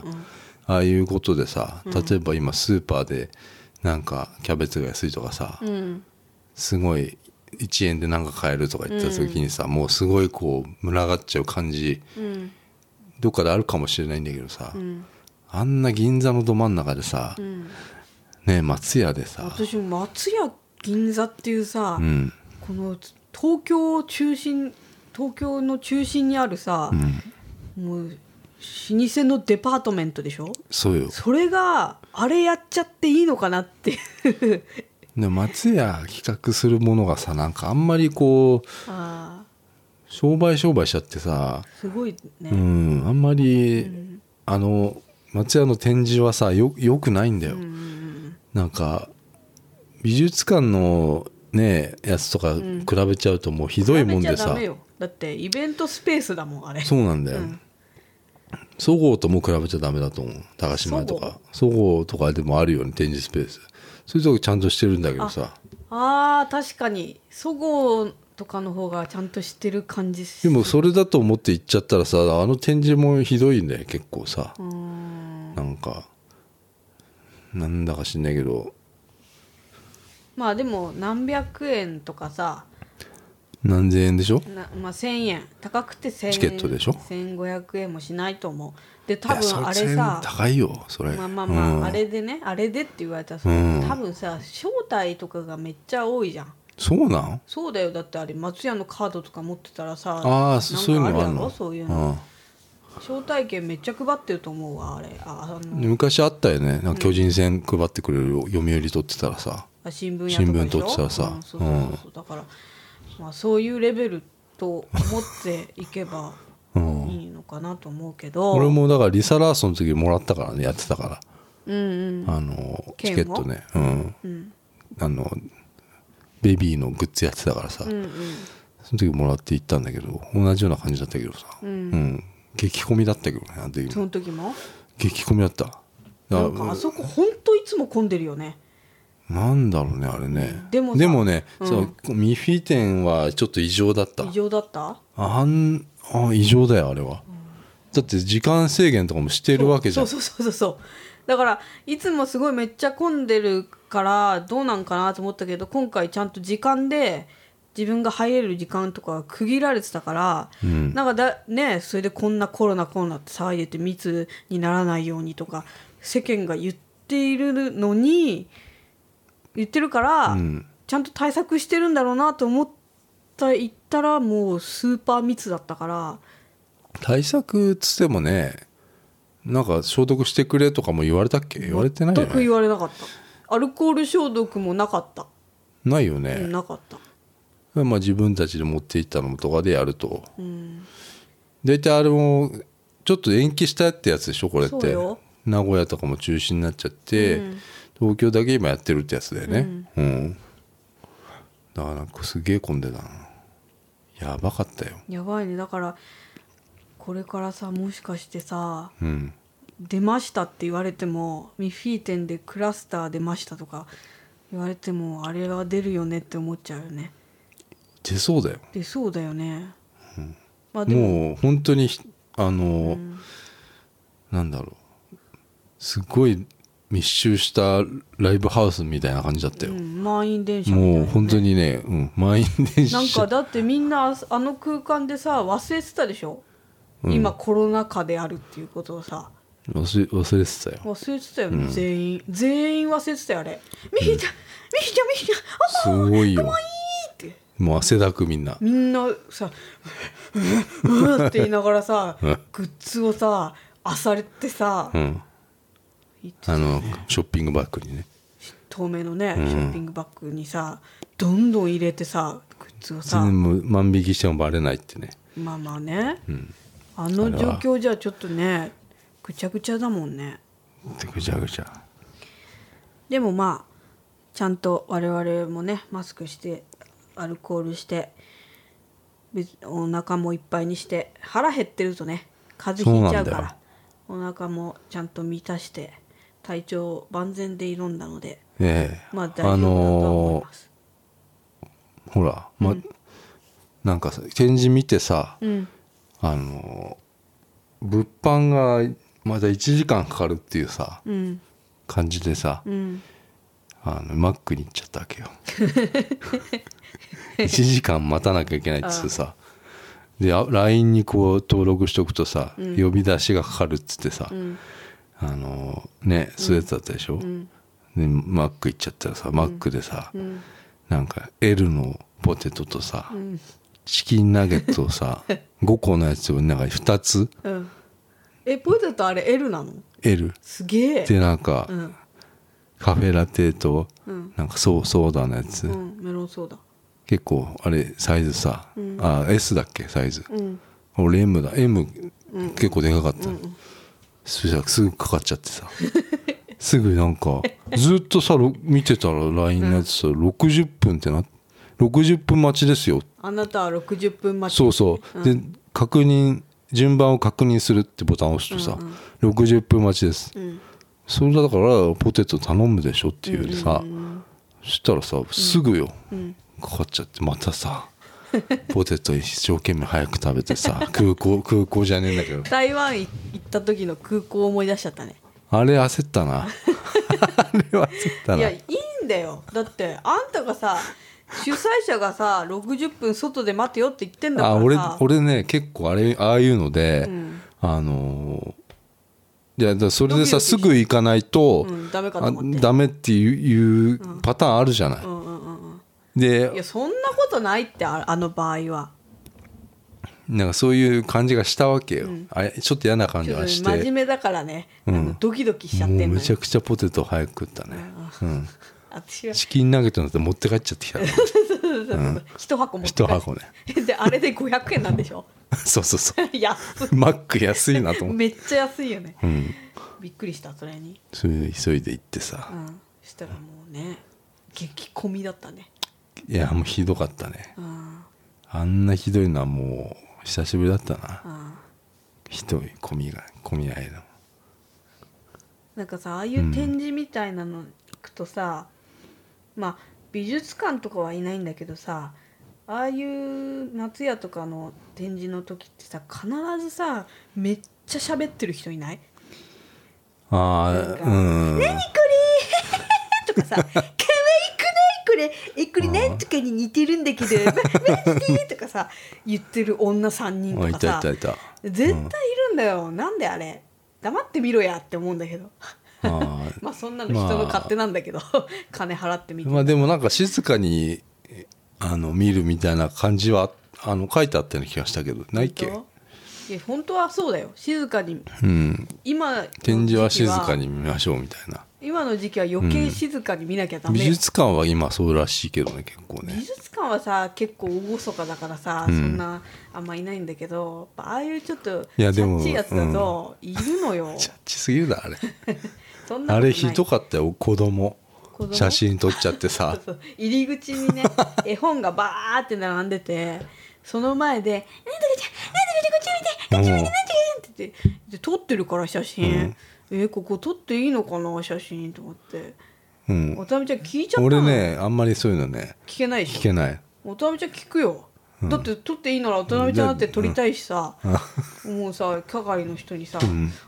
Speaker 1: ああいうことでさ例えば今スーパーでなんかキャベツが安いとかさ、
Speaker 3: ーうん
Speaker 1: すごい1円でなんか買えるとか言った時にさ、もうすごいこう群がっちゃう感じ
Speaker 3: うん
Speaker 1: どっかであるかもしれないんだけどさ、
Speaker 3: ん
Speaker 1: あんな銀座のど真ん中でさ、
Speaker 3: うん
Speaker 1: ね松屋でさ、
Speaker 3: 私も松屋銀座っていうさ、
Speaker 1: うん
Speaker 3: この東京中心東京の中心にあるさ、もう老舗のデパートメントでしょ
Speaker 1: そうよ
Speaker 3: それがあれやっちゃっていいのかなって
Speaker 1: で松屋企画するものがさなんかあんまりこう
Speaker 3: あ
Speaker 1: 商売商売しちゃってさ、
Speaker 3: ーすごいね、
Speaker 1: うん、あんまり、あの松屋の展示はさよよくないんだよ、なんか美術館のねやつとか比べちゃうともうひどいもんで
Speaker 3: 比べちゃ
Speaker 1: さ、
Speaker 3: ダメよだってイベントスペースだもんあれ
Speaker 1: そうなんだよ、そごうとも比べちゃダメだと思う高島屋とかそごうとかでもあるよね展示スペースそういうとこちゃんとしてるんだけどさ
Speaker 3: あー確かにそごうとかの方がちゃんとしてる感じし
Speaker 1: でもそれだと思って行っちゃったらさあの展示もひどいんだよ結構さ
Speaker 3: うーん
Speaker 1: なんかなんだか知んないけど
Speaker 3: まあでも何百円とかさ
Speaker 1: 何千円でしょ
Speaker 3: なまあ、1000円高くて1000円
Speaker 1: チケットでしょ
Speaker 3: 1500円もしないと思うで
Speaker 1: い
Speaker 3: 多
Speaker 1: やそ
Speaker 3: 分あれ
Speaker 1: 千円
Speaker 3: さ
Speaker 1: 高いよそれ
Speaker 3: まあまあまあ、
Speaker 1: うん
Speaker 3: あれでねあれでって言われたらさ、
Speaker 1: うん
Speaker 3: 多分さ招待とかがめっちゃ多いじゃん
Speaker 1: そうなん
Speaker 3: そうだよだってあれ松屋のカードとか持ってたらさ
Speaker 1: あ
Speaker 3: なん
Speaker 1: あそそういうの
Speaker 3: か
Speaker 1: もあ
Speaker 3: る
Speaker 1: る
Speaker 3: だろ
Speaker 1: の
Speaker 3: そういうの、
Speaker 1: うん
Speaker 3: 招待券めっちゃ配ってると思うわあれああの
Speaker 1: 昔あったよねなんか巨人戦配ってくれる読売取ってたらさ
Speaker 3: あ新聞屋とかでしょ
Speaker 1: 新聞取ってたらさ
Speaker 3: うんそうそうそうそうだから、まあ、そういうレベルと思っていけば
Speaker 1: うん
Speaker 3: いいのかなと思うけど
Speaker 1: 俺もだからリサ・ラーソンの時もらったからねやってたから
Speaker 3: うんうん
Speaker 1: あのチ
Speaker 3: 剣を
Speaker 1: ケットねうん、
Speaker 3: ん
Speaker 1: あのベビーのグッズやってたからさ、
Speaker 3: うんうん
Speaker 1: その時もらって行ったんだけど同じような感じだったけどさ、うん激混みだったけどねあの時
Speaker 3: その時も
Speaker 1: 激混みだっただ
Speaker 3: なんかあそこほんといつも混んでるよね
Speaker 1: なんだろうねあれね
Speaker 3: でもさ
Speaker 1: ね、
Speaker 3: うん
Speaker 1: そうミフィ店はちょっと異常だった
Speaker 3: 異常だった
Speaker 1: あんあ異常だよあれは、だって時間制限とかもしてるわけじゃん
Speaker 3: そうそうそうそうそうだからいつもすごいめっちゃ混んでるからどうなんかなと思ったけど今回ちゃんと時間で自分が入れる時間とかが区切られてたから、なんかだねそれでこんなコロナコロナって騒いでて密にならないようにとか世間が言っているのに言ってるから、
Speaker 1: ん
Speaker 3: ちゃんと対策してるんだろうなと思った行ったらもうスーパー密だったから
Speaker 1: 対策っつってもねなんか消毒してくれとかも言われたっけ言われてないよ
Speaker 3: 全く言
Speaker 1: ね
Speaker 3: われなかったアルコール消毒もなかった、
Speaker 1: ないよ
Speaker 3: うん
Speaker 1: ね、
Speaker 3: なかった
Speaker 1: まあ、自分たちで持っていったのとかでやると
Speaker 3: うん
Speaker 1: 大体あれもちょっと延期したってやつでしょこれっ
Speaker 3: そう
Speaker 1: て
Speaker 3: よ
Speaker 1: 名古屋とかも中止になっちゃって、
Speaker 3: うん
Speaker 1: 東京だけ今やってるってやつだよねうん、だからなんかすげえ混んでたなやばかったよ
Speaker 3: やばいねだからこれからさもしかしてさ
Speaker 1: うん
Speaker 3: 出ましたって言われてもミッフィー店でクラスター出ましたとか言われてもあれは出るよねって思っちゃうよね
Speaker 1: 出そうだよ
Speaker 3: でそうだよね、まあでも
Speaker 1: もう本当にひあの、なんだろうすごい密集したライブハウスみたいな感じだったよ、
Speaker 3: うん満員電車みたいな、
Speaker 1: もう本当にね、うん、満員電車
Speaker 3: なんかだってみんなあそあの空間でさ忘れてたでしょ、
Speaker 1: うん
Speaker 3: 今コロナ禍であるっていうことをさ
Speaker 1: 忘れ忘れてたよ
Speaker 3: 忘れてたよね、全員全員忘れてたよあれみひちゃんみひちゃんみひちゃんあ
Speaker 1: すごいよ
Speaker 3: いいって
Speaker 1: もう汗だくみんな
Speaker 3: みんなさ「うううう」って言いながらさ
Speaker 1: うん
Speaker 3: グッズをさあされてさ、
Speaker 1: うん
Speaker 3: いつ
Speaker 1: あのショッピングバッグにね
Speaker 3: 透明のね、ショッピングバッグにさどんどん入れてさグッズをさ
Speaker 1: 全部万引きしてもバレないってね
Speaker 3: まあまあね、あの状況じゃちょっとねぐちゃぐちゃだもんね
Speaker 1: でぐちゃぐちゃ
Speaker 3: でもまあちゃんと我々もねマスクしてアルコールして別お腹もいっぱいにして腹減ってるとね風邪ひいちゃうか
Speaker 1: そうなん
Speaker 3: らお腹もちゃんと満たして体調を万全で挑んだので
Speaker 1: ええ
Speaker 3: まあ大丈夫だ
Speaker 1: あ
Speaker 3: とは思
Speaker 1: の
Speaker 3: います、
Speaker 1: ーほら、まなんかさ展示見てさ、
Speaker 3: うん
Speaker 1: あのー物販がまた1時間かかるっていうさ
Speaker 3: うん
Speaker 1: 感じでさ、
Speaker 3: うん
Speaker 1: あのマックに行っちゃったわけよ 1時間待たなきゃいけないっつってさであ LINE にこう登録しとくとさ、呼び出しがかかるっつってさ、
Speaker 3: ん
Speaker 1: あのねそういうやつだったでしょ、
Speaker 3: ん
Speaker 1: でマック行っちゃったらさマックでさ、
Speaker 3: ん
Speaker 1: なんか L のポテトとさ、チキンナゲットを さ5個のやつをなんか2つ
Speaker 3: うんえポテトあれ L なの
Speaker 1: L
Speaker 3: すげえ
Speaker 1: でなんか、
Speaker 3: うん
Speaker 1: カフェラテと
Speaker 3: うん
Speaker 1: なんかソソーダのやつ、
Speaker 3: うんメロンソーダ
Speaker 1: 結構あれサイズさ、あ S だっけサイズ、
Speaker 3: うん
Speaker 1: 俺 M だ M 結構でかかった、そしたらすぐかかっちゃってさ すぐなんかずっとさろ見てたら LINE のやつさ、60分ってな60分待ちですよ
Speaker 3: あなたは60分待ち
Speaker 1: そうそう、で確認順番を確認するってボタンを押すとさ、60分待ちです、それだからポテト頼むでしょっていうさ、そしたらさすぐよ、かかっちゃってまたさポテト一生懸命早く食べて さ空港空港じゃねえんだけど
Speaker 3: 台湾い行った時の空港を思い出しちゃったね
Speaker 1: あれ焦った なあれは焦った
Speaker 3: い
Speaker 1: な
Speaker 3: やいいんだよだってあんたがさ主催者がさ60分外で待てよって言ってんだから
Speaker 1: あ
Speaker 3: さ
Speaker 1: 俺俺ね結構あれああいうので、
Speaker 3: ん
Speaker 1: あのーいやだからそれで
Speaker 3: ドキド
Speaker 1: さ
Speaker 3: キ
Speaker 1: すぐ行かないと、
Speaker 3: うんダメかと思って
Speaker 1: あダメっていういうパターンあるじゃない、
Speaker 3: うんうんうんうんいや
Speaker 1: で
Speaker 3: そんなことないってああの場合は
Speaker 1: なんかそういう感じがしたわけよ、あれちょっと嫌な感
Speaker 3: ち
Speaker 1: じ
Speaker 3: ょっと
Speaker 1: がし
Speaker 3: 真面
Speaker 1: て
Speaker 3: 目だからね、あのドキドキしちゃっ
Speaker 1: も
Speaker 3: てんの
Speaker 1: う
Speaker 3: よ
Speaker 1: めちゃくちゃポテト早く食ったね、うん、
Speaker 3: 私は
Speaker 1: チキンナゲットなんて持って帰っちゃってき たから
Speaker 3: 一箱持って
Speaker 1: 一
Speaker 3: 帰って
Speaker 1: 箱ね
Speaker 3: であれで500円なんでしょ
Speaker 1: そうそうそ
Speaker 3: 安いう
Speaker 1: マック安いなと思って、
Speaker 3: めっちゃ安いよね、
Speaker 1: うん、
Speaker 3: びっくりしたそれに
Speaker 1: それで急いで行って
Speaker 3: う
Speaker 1: さ、
Speaker 3: んしたらもうね激混みだったね
Speaker 1: いやもうひどかったね
Speaker 3: うん
Speaker 1: あんなひどいのはもう久しぶりだったな、
Speaker 3: うん
Speaker 1: ひどい混みが混み合いの
Speaker 3: なんかさああいう展示みたいなの行くとさ、まあ美術館とかはいないんだけどさああいう松屋とかの展示の時ってさ必ずさめっちゃ喋ってる人いない
Speaker 1: あ
Speaker 3: なん
Speaker 1: あ、
Speaker 3: か
Speaker 1: うん。
Speaker 3: これ とかさ「可愛くないこれえこれなんとかに似てるんだけどまマジで?」とかさ言ってる女3人
Speaker 1: あい
Speaker 3: とか
Speaker 1: た
Speaker 3: さ
Speaker 1: いたいた。あ
Speaker 3: 絶対いるんだよ、なんであれ黙ってみろやって思うんだけど
Speaker 1: あ
Speaker 3: まあそんなの人の勝手なんだけど、 金払ってみ て、
Speaker 1: まあでもなんか静かにあの見るみたいな感じはあの書いてあったような気がしたけどないっけ
Speaker 3: 本当いや本当はそうだよ静かに
Speaker 1: うん
Speaker 3: 今の時期
Speaker 1: 展示は静かに見ましょうみたいな
Speaker 3: 今の時期は余計静かに見なきゃダメ
Speaker 1: 美
Speaker 3: よ、
Speaker 1: 術館は今そうらしいけどね結構
Speaker 3: 美
Speaker 1: ね
Speaker 3: 術館はさ結構厳かだからさ、
Speaker 1: うん
Speaker 3: そんなあんまいないんだけどやっぱああいうちょっと
Speaker 1: いやでも
Speaker 3: チャッチいやつだといる のよ、
Speaker 1: チャッチすぎるだあれ
Speaker 3: そんな
Speaker 1: あ
Speaker 3: ことない
Speaker 1: れひどかったよ子供
Speaker 3: 子供
Speaker 1: 写真撮っちゃってさ
Speaker 3: そう入り口 にね絵本がバーって並んでてその前で「なんとかちゃんなんとかちゃんこっち見てこっち見てなんとかちゃん」って言ってで撮ってるから写真、えここ撮っていいのかな写真と思って
Speaker 1: うん
Speaker 3: おたみちゃん聞いちゃったの
Speaker 1: 俺ねあんまりそういうのね
Speaker 3: 聞けないで
Speaker 1: 聞
Speaker 3: しょ
Speaker 1: けない
Speaker 3: おたみちゃん聞くよ、だって撮っていいならおたみちゃんだって撮りたいしさ、もうさ係の人にさ「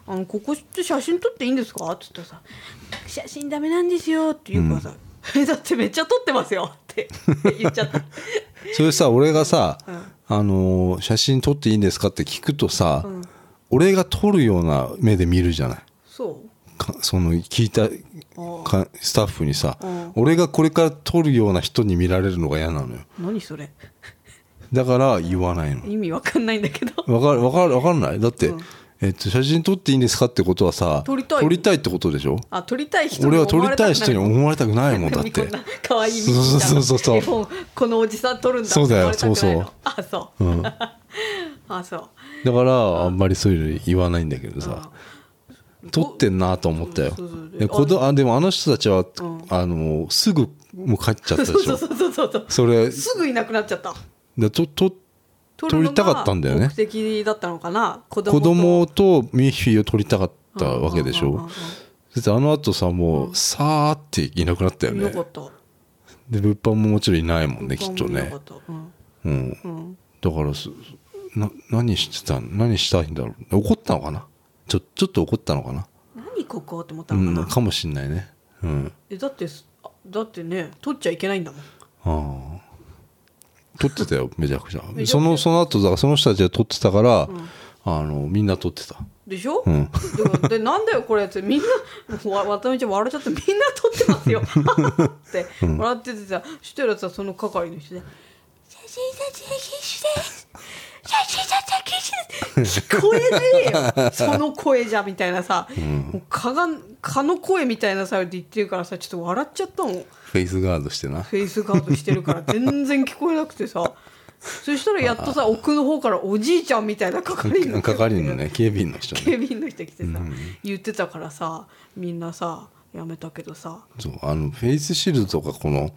Speaker 3: あのここって写真撮っていいんですか?」っつったらさ「写真ダメなんですよ」って言うからさ「 えだってめっちゃ撮ってますよ」って言っちゃった
Speaker 1: それさ俺がさ、あのー写真撮っていいんですかって聞くとさ、俺が撮るような目で見るじゃない
Speaker 3: そう
Speaker 1: かその聞いた
Speaker 3: あ
Speaker 1: かスタッフにさ、
Speaker 3: うん
Speaker 1: 俺がこれから撮るような人に見られるのが嫌なのよ
Speaker 3: 何それ
Speaker 1: だから言わないの
Speaker 3: 意味わかんないんだけど
Speaker 1: わかるわかるわかんないだって、
Speaker 3: うん
Speaker 1: えっと、写真撮っていいんですかってことはさ
Speaker 3: 撮りたい
Speaker 1: ってことでしょ
Speaker 3: あ撮りたい人に
Speaker 1: 俺は撮りたい人に
Speaker 3: 思
Speaker 1: 思われたくない
Speaker 3: わ
Speaker 1: もん
Speaker 3: れ
Speaker 1: だ
Speaker 3: た
Speaker 1: っ
Speaker 3: くない
Speaker 1: て
Speaker 3: こんな可愛いみ
Speaker 1: そうそうそうそう
Speaker 3: たいな絵本このおじさん撮るんだ
Speaker 1: そうだよ
Speaker 3: って思われたくないの
Speaker 1: そう、
Speaker 3: あそう
Speaker 1: ん、だ
Speaker 3: あそう
Speaker 1: からあんまりそういうの言わないんだけどさ撮ってんなと思ったよ
Speaker 3: そうそうそう
Speaker 1: で子どあでもあの人たちは、
Speaker 3: ん
Speaker 1: あのすぐもう帰っちゃったでしょ
Speaker 3: そうそうそうそうそう
Speaker 1: それ
Speaker 3: すぐいなくなっちゃった
Speaker 1: でとと撮りたかったんだよね
Speaker 3: 撮るのが目的だったのかな子供
Speaker 1: 子供
Speaker 3: と
Speaker 1: とミッフィーを撮りたかったわけでし
Speaker 3: うんうんうん
Speaker 1: ょだってあの後さもうさーっていなくなったよ
Speaker 3: うんよ
Speaker 1: ね
Speaker 3: かった
Speaker 1: で物販ももちろんいないもんねきっと
Speaker 3: よ
Speaker 1: ね
Speaker 3: かったうん
Speaker 1: うん
Speaker 3: うん
Speaker 1: だからすな何してたん何したいんだろう怒ったのかなちょちょっと怒ったのかな
Speaker 3: 何ここって思った
Speaker 1: う
Speaker 3: のか
Speaker 1: ん
Speaker 3: な、
Speaker 1: かもしんないねうん
Speaker 3: えだってすあだってね撮っちゃいけないんだもん
Speaker 1: ああ撮ってたよめちゃくちゃ
Speaker 3: めちゃくちゃ
Speaker 1: そのその後だからその人たちが撮ってたから、あのみんな撮ってた
Speaker 3: でしょ、
Speaker 1: うん
Speaker 3: だからでなんだよこれってみんなわ渡辺ちゃん笑っちゃってみんな撮ってますよって笑っててさそしたらさその係の人で「写真撮影禁止です写真撮影禁止です」聞こえねえよその声じゃみたいなさ、もう蚊が蚊の声みたいなさって言ってるからさちょっと笑っちゃったもん。
Speaker 1: フェイスガードしてな
Speaker 3: フェイスガードしてるから全然聞こえなくてさそしたらやっとさ奥の方からおじいちゃんみたいな係の人が
Speaker 1: 係員のね警備員の人ね
Speaker 3: 警備員の人来てさ、言ってたからさみんなさやめたけどさ
Speaker 1: そうあのフェイスシールドとかこの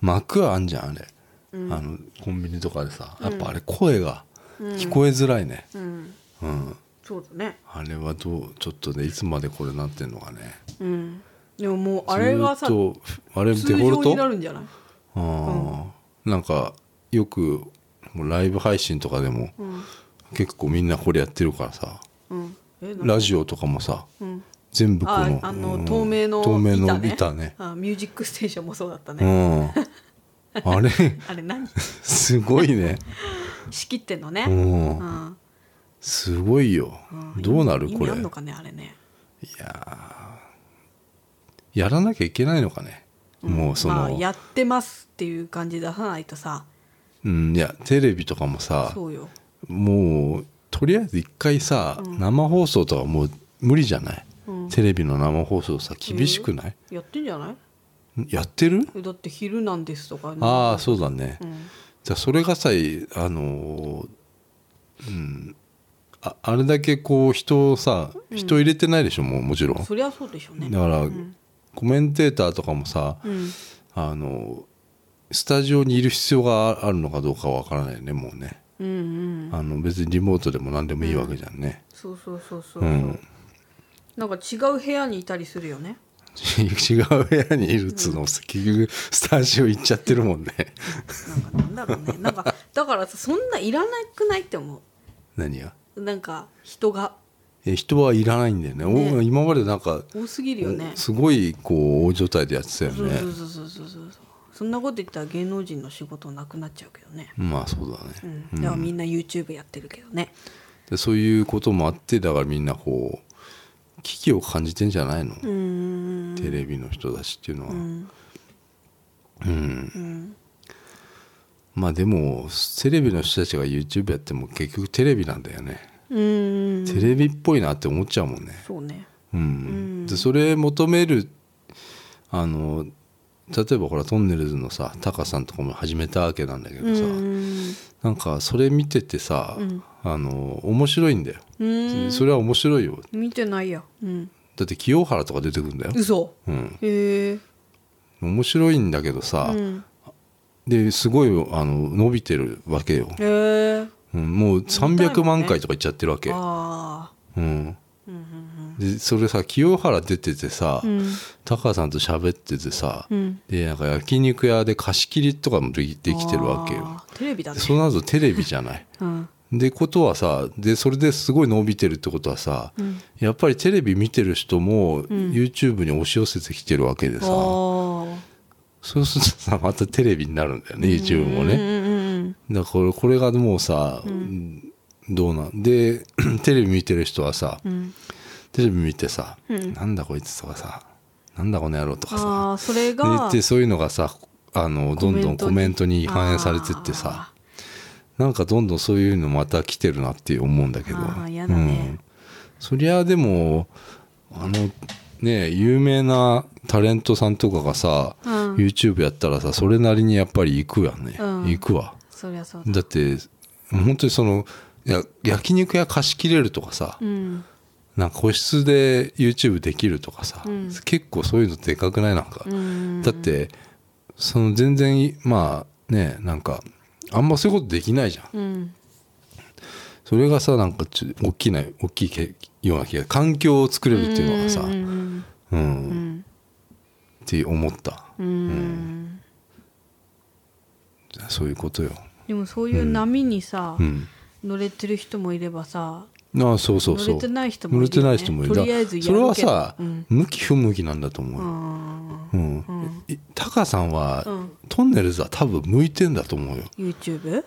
Speaker 1: 膜あんじゃんあれ、あのコンビニとかでさやっぱあれ声が聞こえづらいね
Speaker 3: うん
Speaker 1: うん、
Speaker 3: そうだね
Speaker 1: あれはどうちょっとねいつまでこれなってんのかね
Speaker 3: うんでももうあれがさ
Speaker 1: ず
Speaker 3: 通
Speaker 1: ーっとあれデフォ
Speaker 3: 常
Speaker 1: ル
Speaker 3: にな
Speaker 1: ト
Speaker 3: るんじゃない
Speaker 1: あー、なんかよくもうライブ配信とかでも、結構みんなこれやってるからさ
Speaker 3: うんえなん
Speaker 1: ラジオとかもさ、
Speaker 3: ん
Speaker 1: 全部こ
Speaker 3: あ
Speaker 1: の
Speaker 3: あ
Speaker 1: う
Speaker 3: の
Speaker 1: ん
Speaker 3: 透明の
Speaker 1: 透明の
Speaker 3: 板
Speaker 1: 板
Speaker 3: ね
Speaker 1: ね
Speaker 3: あミュージックステーションもそうだった
Speaker 1: う
Speaker 3: ね、
Speaker 1: んあれ
Speaker 3: あれ何
Speaker 1: すごい ね
Speaker 3: 仕切ってんのね、
Speaker 1: うん
Speaker 3: うん
Speaker 1: すごいよ、どうなる
Speaker 3: 意
Speaker 1: こ
Speaker 3: 味
Speaker 1: れ
Speaker 3: あんのかねあれね
Speaker 1: いやーやらなきゃいけないのかね、もうその、
Speaker 3: まあやってますっていう感じ出さないとさ
Speaker 1: うんいやテレビとかもさ
Speaker 3: そうよ
Speaker 1: もうとりあえず一回さ、生放送とかもう無理じゃない、テレビの生放送さ厳しくない、
Speaker 3: やってんじゃない
Speaker 1: やってる、
Speaker 3: だって「昼なんです」とかね
Speaker 1: ああそうだね、
Speaker 3: ん
Speaker 1: じゃあそれがさあのーうんああれだけこう人をさ人入れてないでしょ、もうもちろん
Speaker 3: そりゃそうでしょうね
Speaker 1: だから、コメンテーターとかもさ、
Speaker 3: うん
Speaker 1: あのスタジオにいる必要があるのかどうかわからないよねもうね、
Speaker 3: うんうん
Speaker 1: あの別にリモートでも何でもいいわけじゃんね、
Speaker 3: そうそうそうそうう、
Speaker 1: ん
Speaker 3: なんか違う部屋にいたりするよね
Speaker 1: 違う部屋にいるっつうのも結局スタジオ行っちゃってるもんね
Speaker 3: なんかなんだろうねなんかだからさそんないらなくないって思
Speaker 1: 何が
Speaker 3: うなんか人が
Speaker 1: え人はいらないんだよねお
Speaker 3: ね
Speaker 1: 今までなんか
Speaker 3: 多すぎるよね
Speaker 1: すごいこう大所帯でやってたよ
Speaker 3: そう
Speaker 1: ね
Speaker 3: そうそうそうそうそうそんなこと言ったら芸能人の仕事なくなっちゃうけどね
Speaker 1: まあそうだね、
Speaker 3: うん、だからみんな YouTube やってるけどね
Speaker 1: でそういうこともあってだからみんなこう危機を感じてんじゃないの、
Speaker 3: うーん
Speaker 1: テレビの人たちっていうのはうん、まあでもテレビの人たちが YouTube やっても結局テレビなんだよね、
Speaker 3: うーん
Speaker 1: テレビっぽいなって思っちゃうもんね
Speaker 3: そうね
Speaker 1: うん、でそれ求めるあの例えばほらトンネルズのさタカさんとかも始めたわけなんだけどさ、
Speaker 3: うーん
Speaker 1: なんかそれ見ててさ、
Speaker 3: うん
Speaker 1: あの面白いんだよ、
Speaker 3: うーん
Speaker 1: それは面白いよ
Speaker 3: 見てないやうん
Speaker 1: だって清原とか出てくるんだよ、
Speaker 3: 嘘
Speaker 1: うん、
Speaker 3: へえ
Speaker 1: 面白いんだけどさ、
Speaker 3: うん
Speaker 1: ですごいあの伸びてるわけよ、
Speaker 3: へえ
Speaker 1: うん、もう300万回とかいっちゃってるわけ、
Speaker 3: ああ
Speaker 1: うん、でそれさ清原出ててさ、
Speaker 3: うん
Speaker 1: タカさんと喋っててさ、
Speaker 3: うん
Speaker 1: でなんか焼肉屋で貸し切りとかもできできてるわけよ
Speaker 3: あーテレビだ
Speaker 1: で
Speaker 3: ね
Speaker 1: その後テレビじゃない
Speaker 3: うん
Speaker 1: でことはさでそれですごい伸びてるってことはさ、
Speaker 3: ん
Speaker 1: やっぱりテレビ見てる人も YouTube に押し寄せてきてるわけでさ、
Speaker 3: あ
Speaker 1: そうするとさまたテレビになるんだよね YouTube も
Speaker 3: あ、
Speaker 1: ね、
Speaker 3: うんうん
Speaker 1: だからこれがもうさ、どうなんで テレビ見てる人はさ、
Speaker 3: ん
Speaker 1: テレビ見てさ、なんだこいつとかさなんだこの野郎とかさ
Speaker 3: ああそれ
Speaker 1: で言
Speaker 3: が
Speaker 1: ってそういうのがさあのどんどんコ
Speaker 3: コ
Speaker 1: メ
Speaker 3: メ
Speaker 1: ン
Speaker 3: ン
Speaker 1: ト
Speaker 3: ト
Speaker 1: に
Speaker 3: に
Speaker 1: 反映されてってさなんかどんどんそういうのまた来てるなって思うんだけど
Speaker 3: あーやだね
Speaker 1: うん、そりゃでもあのね有名なタレントさんとかがさ、
Speaker 3: うん
Speaker 1: YouTube やったらさそれなりにやっぱり行くわね、
Speaker 3: うん
Speaker 1: 行くわ
Speaker 3: そりゃそうだ
Speaker 1: だって本当にそのいや焼肉屋貸し切れるとかさ、
Speaker 3: うん
Speaker 1: なんか個室で YouTube できるとかさ、
Speaker 3: うん
Speaker 1: 結構そういうのでかくないなんか、
Speaker 3: うん
Speaker 1: だってその全然まあねなんかあんまそういうことできないじゃん
Speaker 3: うん
Speaker 1: それがさなんかちょ大きな大きいけような気が環境を作れるっていうのがさ
Speaker 3: う
Speaker 1: うん、
Speaker 3: んうん
Speaker 1: って思った
Speaker 3: うん
Speaker 1: そういうことよ
Speaker 3: でもそういう波にさ
Speaker 1: うん
Speaker 3: 乗れてる人もいればさ
Speaker 1: ああそうそうそう
Speaker 3: 乗れてない人もい
Speaker 1: 乗れ
Speaker 3: るよね
Speaker 1: てない人もいる
Speaker 3: とりあえずやるけ
Speaker 1: そ
Speaker 3: ど
Speaker 1: れはさ、
Speaker 3: うん
Speaker 1: 向き不向きなんだと思う
Speaker 3: う
Speaker 1: よ、
Speaker 3: ん
Speaker 1: うんいタカさんは、
Speaker 3: うん
Speaker 1: トンネルズは多分向いてんだと思うよ
Speaker 3: YouTube?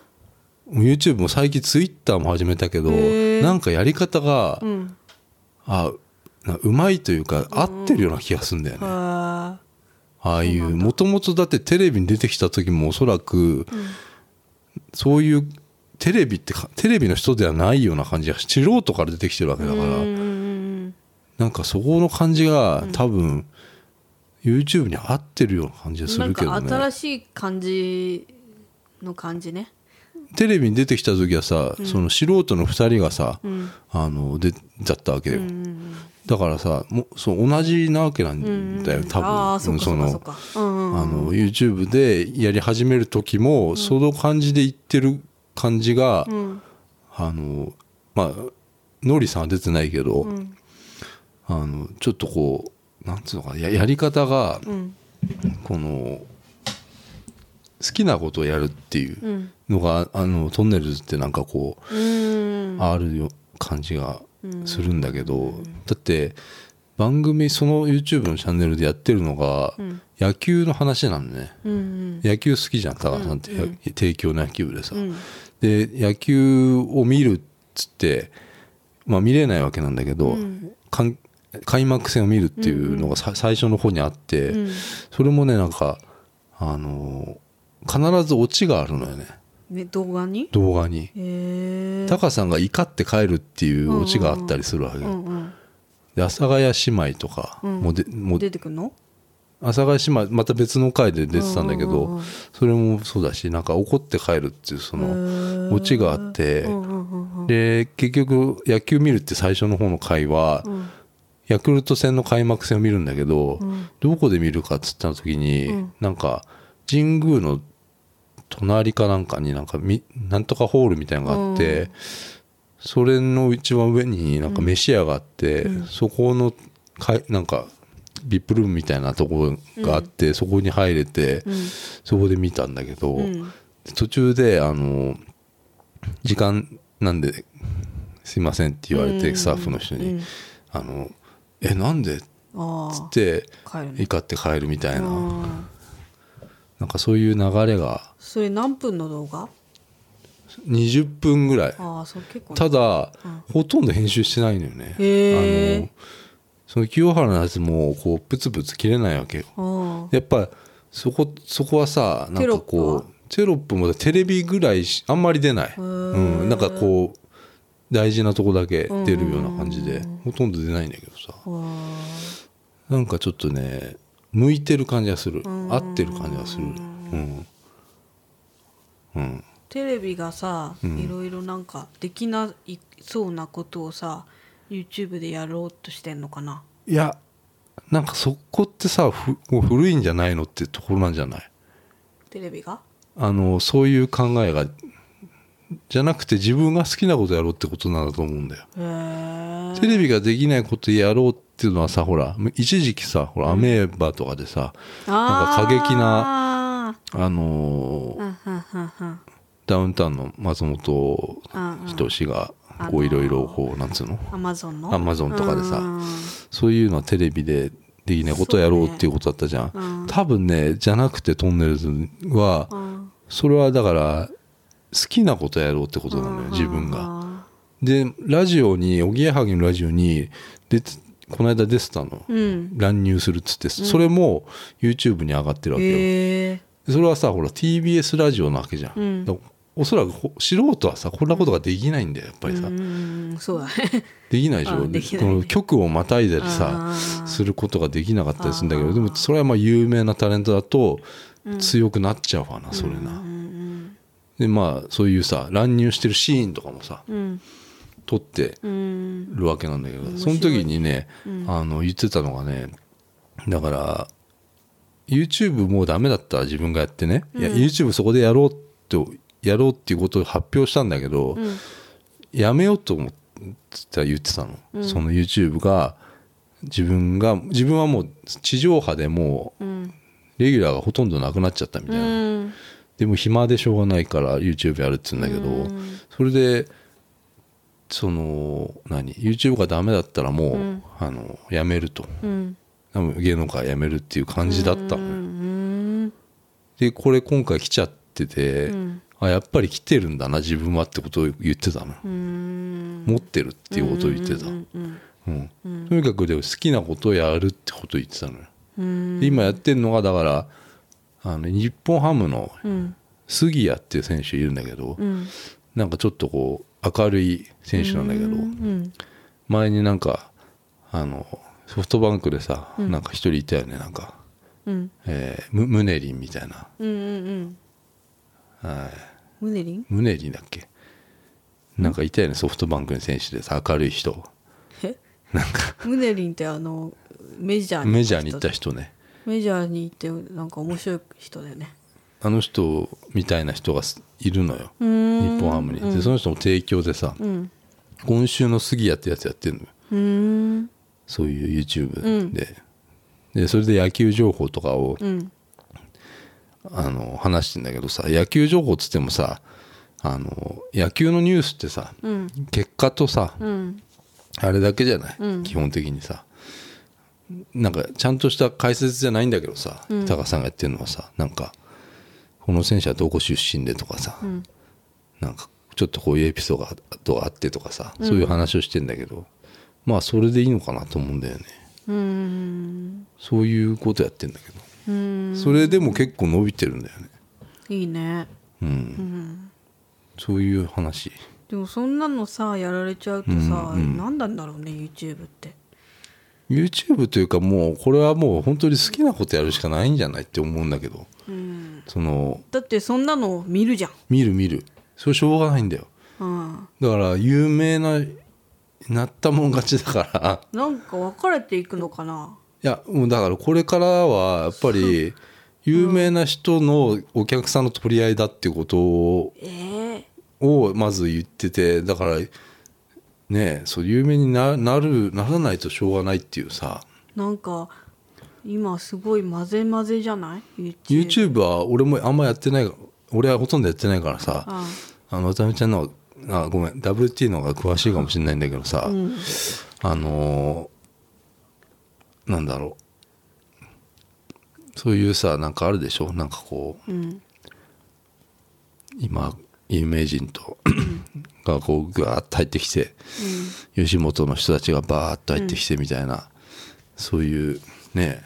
Speaker 1: YouTube も最近 Twitter も始めたけど
Speaker 3: へー
Speaker 1: なんかやり方が、
Speaker 3: うん
Speaker 1: あなうまいというか合ってるような気がするんだよね、あ
Speaker 3: は
Speaker 1: あいうもともとだってテレビに出てきた時もおそらく、そういうテレビってかテレビの人ではないような感じが素人から出てきてるわけだから、
Speaker 3: うんうん
Speaker 1: なんかそこの感じが多分、YouTube に合ってるような感じがす
Speaker 3: なん
Speaker 1: るけ
Speaker 3: か
Speaker 1: どね
Speaker 3: 新しい感じの感じね
Speaker 1: テレビに出てきた時はさ、その素人の2人がさ、
Speaker 3: うん
Speaker 1: あのでだったわけよ、
Speaker 3: うん
Speaker 1: だからさもうそう同じなわけなんだよ、多分
Speaker 3: ああそっかそっかそっかうんうん
Speaker 1: あの YouTube でやり始める時も、その感じで言ってる感じが、
Speaker 3: うん
Speaker 1: あのまあノリさんは出てないけど、
Speaker 3: ん
Speaker 1: あのちょっとこうなんつうのかなややり方が、
Speaker 3: うん
Speaker 1: この好きなことをやるっていううんのが、あのトンネルズってなんかこう、
Speaker 3: うん
Speaker 1: あるよ感じがするんだけど、だって番組その YouTube のチャンネルでやってるのが、
Speaker 3: ん
Speaker 1: 野球の話なのね。
Speaker 3: うん
Speaker 1: 野球好きじゃん高田さんって、帝京の野球部でさ、
Speaker 3: ん
Speaker 1: で野球を見るっつってまあ見れないわけなんだけど、かん開幕戦を見るっていうのがさ、最初の方にあって、
Speaker 3: うん
Speaker 1: それもねなんかあのー必ずオチがあるのよね
Speaker 3: ね動画に
Speaker 1: 動画に。
Speaker 3: へえ
Speaker 1: タカさんが怒って帰るっていうオチがあったりするわけよ、
Speaker 3: うんうん
Speaker 1: で阿佐ヶ谷姉妹とか
Speaker 3: うん
Speaker 1: もで、もう
Speaker 3: 出てくんの
Speaker 1: 阿佐ヶ谷姉妹また別の回で出てたんだけど、
Speaker 3: うんうんうん
Speaker 1: それもそうだしなんか怒って帰るっていうそ
Speaker 3: へー
Speaker 1: のオチがあって、
Speaker 3: うんうんうんうん
Speaker 1: で結局野球見るって最初の方の回は、
Speaker 3: うん
Speaker 1: ヤクルト戦の開幕戦を見るんだけど、
Speaker 3: ん
Speaker 1: どこで見るかっつった時に、
Speaker 3: うん
Speaker 1: なんか神宮の隣かなんかになんかみなんとかホールみたいなのがあって、それの一番上になんか飯屋があって、そこのかいなんか VIP ルームみたいなところがあって、そこに入れて、そこで見たんだけど、
Speaker 3: ん
Speaker 1: 途中であの時間なんですいませんって言われて、スタッフの人に「あのえなんで?」っ
Speaker 3: あ
Speaker 1: つ
Speaker 3: あ
Speaker 1: って
Speaker 3: 帰るね
Speaker 1: 怒って帰るみたいな
Speaker 3: ああ
Speaker 1: なんかそういう流れが
Speaker 3: それ何分の動画
Speaker 1: 20分ぐらい
Speaker 3: ああそう結構ね
Speaker 1: ただ、ほとんど編集してないのよね
Speaker 3: へー
Speaker 1: あのその清原のやつもこうプツプツ切れないわけよ
Speaker 3: ああ
Speaker 1: やっぱそこそこはさなんかこうテロップもテレビぐらいしあんまり出ない、
Speaker 3: ー
Speaker 1: うん、なんかこう大事なとこだけ出るような感じでほとんど出ないんだけどさ
Speaker 3: あ
Speaker 1: なんかちょっとね向いてる感じがする合ってる感じがするうんうん
Speaker 3: あテレビがさいろいろなんかできないそうなことをさ YouTube でやろうとしてんのかない
Speaker 1: やなんかそこってさふもう古いんじゃないのってところなんじゃない
Speaker 3: テレビが
Speaker 1: あのそういう考えがじゃなくて自分が好きなことやろうってことなんだと思うんだよ
Speaker 3: へえ
Speaker 1: テレビができないことやろうっていうのはさほら一時期さほらアメーバとかでさ、なんか過激
Speaker 3: な
Speaker 1: あのー
Speaker 3: うんうんうんうん
Speaker 1: ダウンタウンの松本
Speaker 3: うんうん
Speaker 1: 人志がこういろいろこうなんつうの
Speaker 3: アマゾンの
Speaker 1: Amazon とかでさ
Speaker 3: うん
Speaker 1: そういうのはテレビでできないことをやろうっていうことだったじゃん、
Speaker 3: そうねうん
Speaker 1: 多分ねじゃなくてトンネルズは
Speaker 3: うん
Speaker 1: それはだから好きなことやろうってことなのよ自分が。
Speaker 3: あ
Speaker 1: でラジオにおぎやはぎのラジオに出てこの間出てたの、
Speaker 3: ーうん
Speaker 1: 乱入するっつって、それも YouTube に上がってるわけよ、
Speaker 3: へえ
Speaker 1: それはさほら TBS ラジオなわけじゃん、
Speaker 3: うん
Speaker 1: だからおそらくほ素人はさこんなことができないんだよやっぱりさ、
Speaker 3: うんそうだね
Speaker 1: できないでしょ
Speaker 3: あできない
Speaker 1: この曲をまたいでさ
Speaker 3: あー
Speaker 1: することができなかったりするんだけ
Speaker 3: あ
Speaker 1: ど
Speaker 3: ー
Speaker 1: でもそれはまあ有名なタレントだと強くなっちゃうわな、それな、
Speaker 3: うん
Speaker 1: でまあそういうさ乱入してるシーンとかもさ
Speaker 3: うんうん
Speaker 1: 撮って
Speaker 3: うん
Speaker 1: るわけなんだけどそ
Speaker 3: 白い
Speaker 1: の時にね、あの言ってたのがねだから YouTube もうダメだった自分がやってね、いや YouTube そこでやろうとやろうっていうことを発表したんだけど、
Speaker 3: ん
Speaker 1: やめようと思って言ってたの、その YouTube が自分が自分はもう地上波でもう
Speaker 3: うん
Speaker 1: レギュラーがほとんどなくなっちゃったみたいな、
Speaker 3: うん
Speaker 1: でも暇でしょうがないから YouTube やるって言うんだけど、それでその何 YouTube がダメだったらもう、あのやめると
Speaker 3: うん
Speaker 1: 多分芸能界やめるっていう感じだったのよ、
Speaker 3: うん
Speaker 1: でこれ今回来ちゃってて、
Speaker 3: ん
Speaker 1: あやっぱり来てるんだな自分はってことを言ってたの、
Speaker 3: うん
Speaker 1: 持ってるっていうことを言ってた、
Speaker 3: うんうん
Speaker 1: うんとにかくでも好きなことをやるってことを言ってたのよ、
Speaker 3: うん
Speaker 1: で今やってるのがだからあの日本ハムの
Speaker 3: うん
Speaker 1: 杉谷っていう選手いるんだけど、
Speaker 3: うん
Speaker 1: なんかちょっとこう明るい選手なんだけど、
Speaker 3: うん
Speaker 1: 前になんかあのソフトバンクでさ、なんか一人いたよねなんか、
Speaker 3: うん
Speaker 1: えームムネリンみたいな
Speaker 3: うんうんうん
Speaker 1: はい
Speaker 3: ムネリン
Speaker 1: ムネリンだっけなんかいたよねソフトバンクの選手でさ明るい人
Speaker 3: えムネリンってあのメジャーに
Speaker 1: メジャーに行った人ね
Speaker 3: メジャーに行ってなんか面白い人だよね
Speaker 1: あの人みたいな人がすいるのよ
Speaker 3: うーん
Speaker 1: 日本ハムにでその人も提供でさ、
Speaker 3: ん
Speaker 1: 今週の杉谷ってやつやってるのよ
Speaker 3: うーん
Speaker 1: そういう YouTube で,、でそれで野球情報とかを、
Speaker 3: うん
Speaker 1: あの話してんだけどさ野球情報っつってもさあの野球のニュースってさ、
Speaker 3: うん
Speaker 1: 結果とさ、
Speaker 3: うん
Speaker 1: あれだけじゃない、
Speaker 3: うん
Speaker 1: 基本的にさなんかちゃんとした解説じゃないんだけどさ、高さんがやってるのはさなんかこの選手はどこ出身でとかさ、
Speaker 3: ん
Speaker 1: なんかちょっとこういうエピソードがあとあってとかさそういう話をしてんだけど、まあそれでいいのかなと思うんだよね
Speaker 3: うーん
Speaker 1: そういうことやってんだけど、
Speaker 3: うーん
Speaker 1: それでも結構伸びてるんだよね
Speaker 3: いいね
Speaker 1: うん、そういう話
Speaker 3: でもそんなのさやられちゃうとさ、何なんだろうね YouTube って
Speaker 1: YouTube というかもうこれはもう本当に好きなことやるしかないんじゃないって思うんだけど、その
Speaker 3: だってそんなの見るじゃん
Speaker 1: 見る見るそれしょうがないんだよ
Speaker 3: うん
Speaker 1: だから有名ななったもん勝ちだから
Speaker 3: なんか分かれていくのかない
Speaker 1: やもうだからこれからはやっぱり有名な人のお客さんの取り合いだっていうことを
Speaker 3: ええ
Speaker 1: をまず言っててだからねえそう有名にななるならないとしょうがないっていうさ
Speaker 3: なんか今すごい混ぜ混ぜじゃない YouTube,
Speaker 1: YouTube は俺もあんまやってない俺はほとんどやってないからさ
Speaker 3: あ
Speaker 1: あの渡辺ちゃんのあごめん WT の方が詳しいかもしれないんだけどさ、あのーなんだろうそういうさなんかあるでしょなんかこう
Speaker 3: うん
Speaker 1: 今有名人と がこうガーッと入ってきて、吉本の人たちがバーッと入ってきてみたいな、そういうね、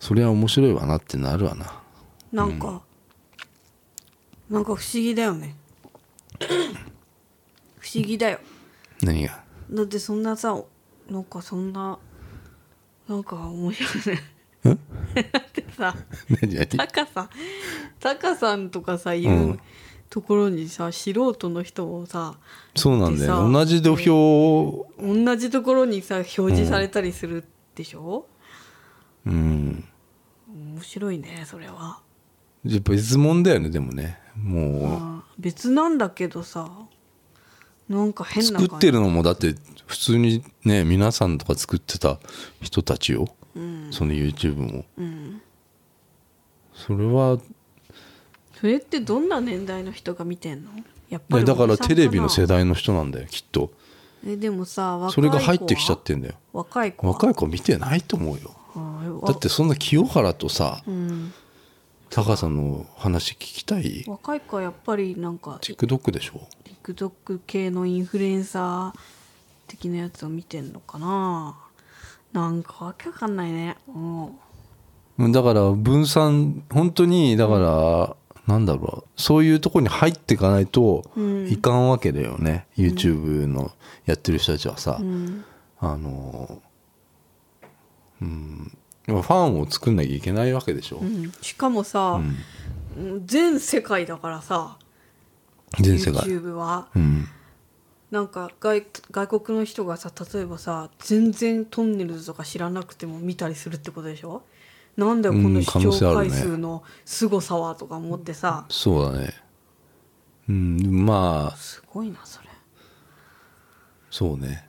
Speaker 1: それは面白いわなってなるわな
Speaker 3: なんか、なんか不思議だよね 不思議だよ
Speaker 1: 何が
Speaker 3: だってそんなさなんかそんななんか面白いねだってさ
Speaker 1: 何何
Speaker 3: タカさんタカさんとかさいう、
Speaker 1: うん
Speaker 3: ところにさ素人の人をさ
Speaker 1: そうなんだ
Speaker 3: でさ
Speaker 1: よ同じ土俵を
Speaker 3: 同じところにさ表示されたりするでしょ、
Speaker 1: うん
Speaker 3: 面白いねそれは
Speaker 1: やっぱ質問だよねでもねも
Speaker 3: あー別なんだけどさなんか
Speaker 1: う
Speaker 3: 変な感じ
Speaker 1: 作ってるのもだって普通にね皆さんとか作ってた人たちよ、その YouTube も、それは
Speaker 3: それってどんな年代の人が見てんのやっぱ
Speaker 1: ね、
Speaker 3: り
Speaker 1: だか
Speaker 3: お
Speaker 1: ら
Speaker 3: じさん
Speaker 1: テレビの世
Speaker 3: か
Speaker 1: 代の人なんだよきっと
Speaker 3: なえでもさ若
Speaker 1: そ
Speaker 3: い子
Speaker 1: れ
Speaker 3: は
Speaker 1: が入ってきちゃってんだよ
Speaker 3: 若い子は
Speaker 1: 若い子見てないと思うよ
Speaker 3: あーわ
Speaker 1: だってそんな清原とさ
Speaker 3: うん
Speaker 1: タカさんの話聞きたい
Speaker 3: 若い子はやっぱりなんか
Speaker 1: TikTok でしょ
Speaker 3: TikTok 系のインフルエンサー的なやつを見てんのかななんかわけわかんないねうん
Speaker 1: うんだから分散本当にだから、なんだろうそういうとこに入っていかないと
Speaker 3: うん
Speaker 1: いかんわけだよね、YouTube のやってる人たちはさ、
Speaker 3: うん
Speaker 1: あのうんファンを作んなきゃいけないわけでしょ、
Speaker 3: うんしかもさ、うん全世界だからさ
Speaker 1: 全世界、
Speaker 3: YouTube は
Speaker 1: うん、
Speaker 3: なんか外外国の人がさ例えばさ全然トンネルズとか知らなくても見たりするってことでしょなんだよこ
Speaker 1: う
Speaker 3: の
Speaker 1: ん
Speaker 3: 視
Speaker 1: 可能性あ
Speaker 3: 聴
Speaker 1: るね
Speaker 3: 回数の凄さはとか思ってさ、
Speaker 1: そうだねうんまあ
Speaker 3: すごいなそれ
Speaker 1: そうね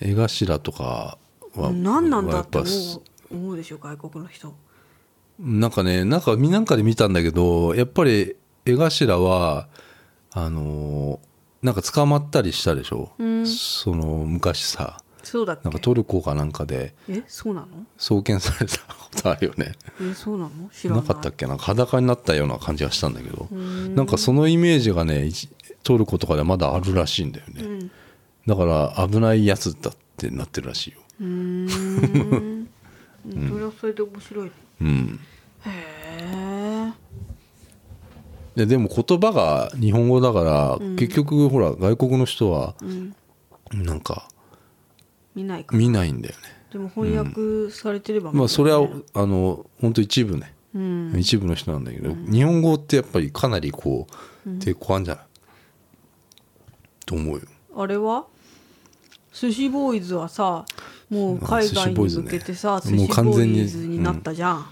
Speaker 1: 絵頭とかは
Speaker 3: 何なんだって
Speaker 1: や
Speaker 3: 思
Speaker 1: ぱす
Speaker 3: う思うでしょ外国の人
Speaker 1: なんかねなんかみなんかで見たんだけどやっぱり絵頭はあのーなんか捕まったりしたでしょ、
Speaker 3: うん
Speaker 1: その昔さ
Speaker 3: そうだっけ
Speaker 1: なんかトルコかなんかで
Speaker 3: えそうなの
Speaker 1: 送検されたことあるよね
Speaker 3: えそうなの知らな
Speaker 1: ないかったっけなんか裸になったような感じがしたんだけど
Speaker 3: ん
Speaker 1: なんかそのイメージがね一トルコとかでまだあるらしいんだよね、
Speaker 3: うん
Speaker 1: だから危ないやつだってなってるらしいよ。
Speaker 3: うーんうんそれはそれで面白い
Speaker 1: うん、
Speaker 3: へえ
Speaker 1: ででも言葉が日本語だから、結局ほら外国の人は
Speaker 3: うん
Speaker 1: なんか
Speaker 3: 見ないか
Speaker 1: 見ないんだよね。
Speaker 3: でも翻訳されてれば見るよね、
Speaker 1: まあそれはあの本当一部ね、
Speaker 3: うん
Speaker 1: 一部の人なんだけど、日本語ってやっぱりかなりこう抵抗あるんじゃない、と思うよ。
Speaker 3: あれは寿司ボーイズはさもう海外に向けてさ
Speaker 1: 寿
Speaker 3: 寿
Speaker 1: 司ボーイズねもう
Speaker 3: 司ボ
Speaker 1: 完全に
Speaker 3: ーイズになったじゃん、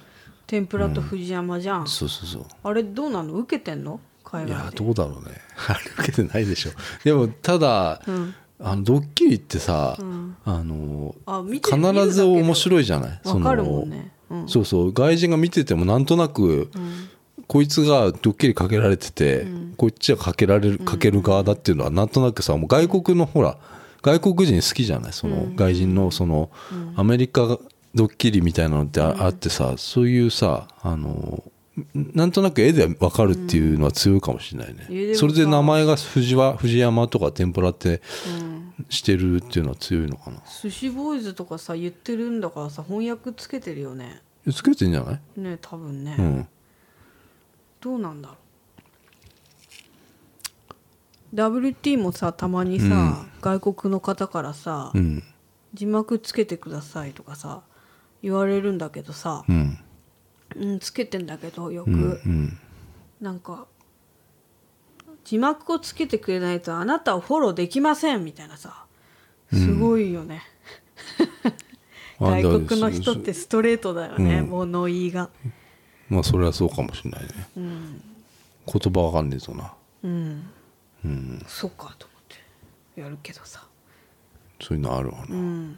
Speaker 3: 天ぷらと藤山じゃん、
Speaker 1: そうそうそう。
Speaker 3: あれどうなの受けてんの海
Speaker 1: いや
Speaker 3: 外で
Speaker 1: どうだろうねあれ受けてないでしょでもただ、
Speaker 3: ん
Speaker 1: あのドッキリってさ、
Speaker 3: ん
Speaker 1: あの
Speaker 3: あ見てる
Speaker 1: 必ず
Speaker 3: 見るだけで
Speaker 1: 面白いじゃない
Speaker 3: わかるもんねうん
Speaker 1: そうそう外人が見ててもなんとなく、こいつがドッキリかけられてて、こっちはかけられるかける側だっていうのはなんとなくさもう外国のほら外国人好きじゃないその外人のその、アメリカドッキリみたいなのってあ,、ってさそういうさあのなんとなく絵でわかるっていうのは強いかもしれないね、
Speaker 3: うんえでもさ
Speaker 1: それで名前が藤は藤山とか天ぷらって
Speaker 3: うん
Speaker 1: してるっていうのは強いのかな
Speaker 3: 寿司ボーイズとかさ言ってるんだからさ翻訳つけてるよね
Speaker 1: つけてんじゃない、
Speaker 3: ね多分ね、
Speaker 1: うん
Speaker 3: どうなんだろう WT もさたまにさ、外国の方からさ、
Speaker 1: うん
Speaker 3: 字幕つけてくださいとかさ言われるんだけどさ、
Speaker 1: うん
Speaker 3: うん、つけてんだけどよく、
Speaker 1: うんうん
Speaker 3: なんか字幕をつけてくれないとあなたをフォローできませんみたいなさすごいよね、
Speaker 1: あ
Speaker 3: 外国の人ってストレートだよね、
Speaker 1: うん
Speaker 3: 物言いが
Speaker 1: まあそれはそうかもしれないね、言葉わかんねえぞな
Speaker 3: うん
Speaker 1: うん
Speaker 2: そうかと思ってやるけどさ
Speaker 1: そういうのあるわな、
Speaker 2: うん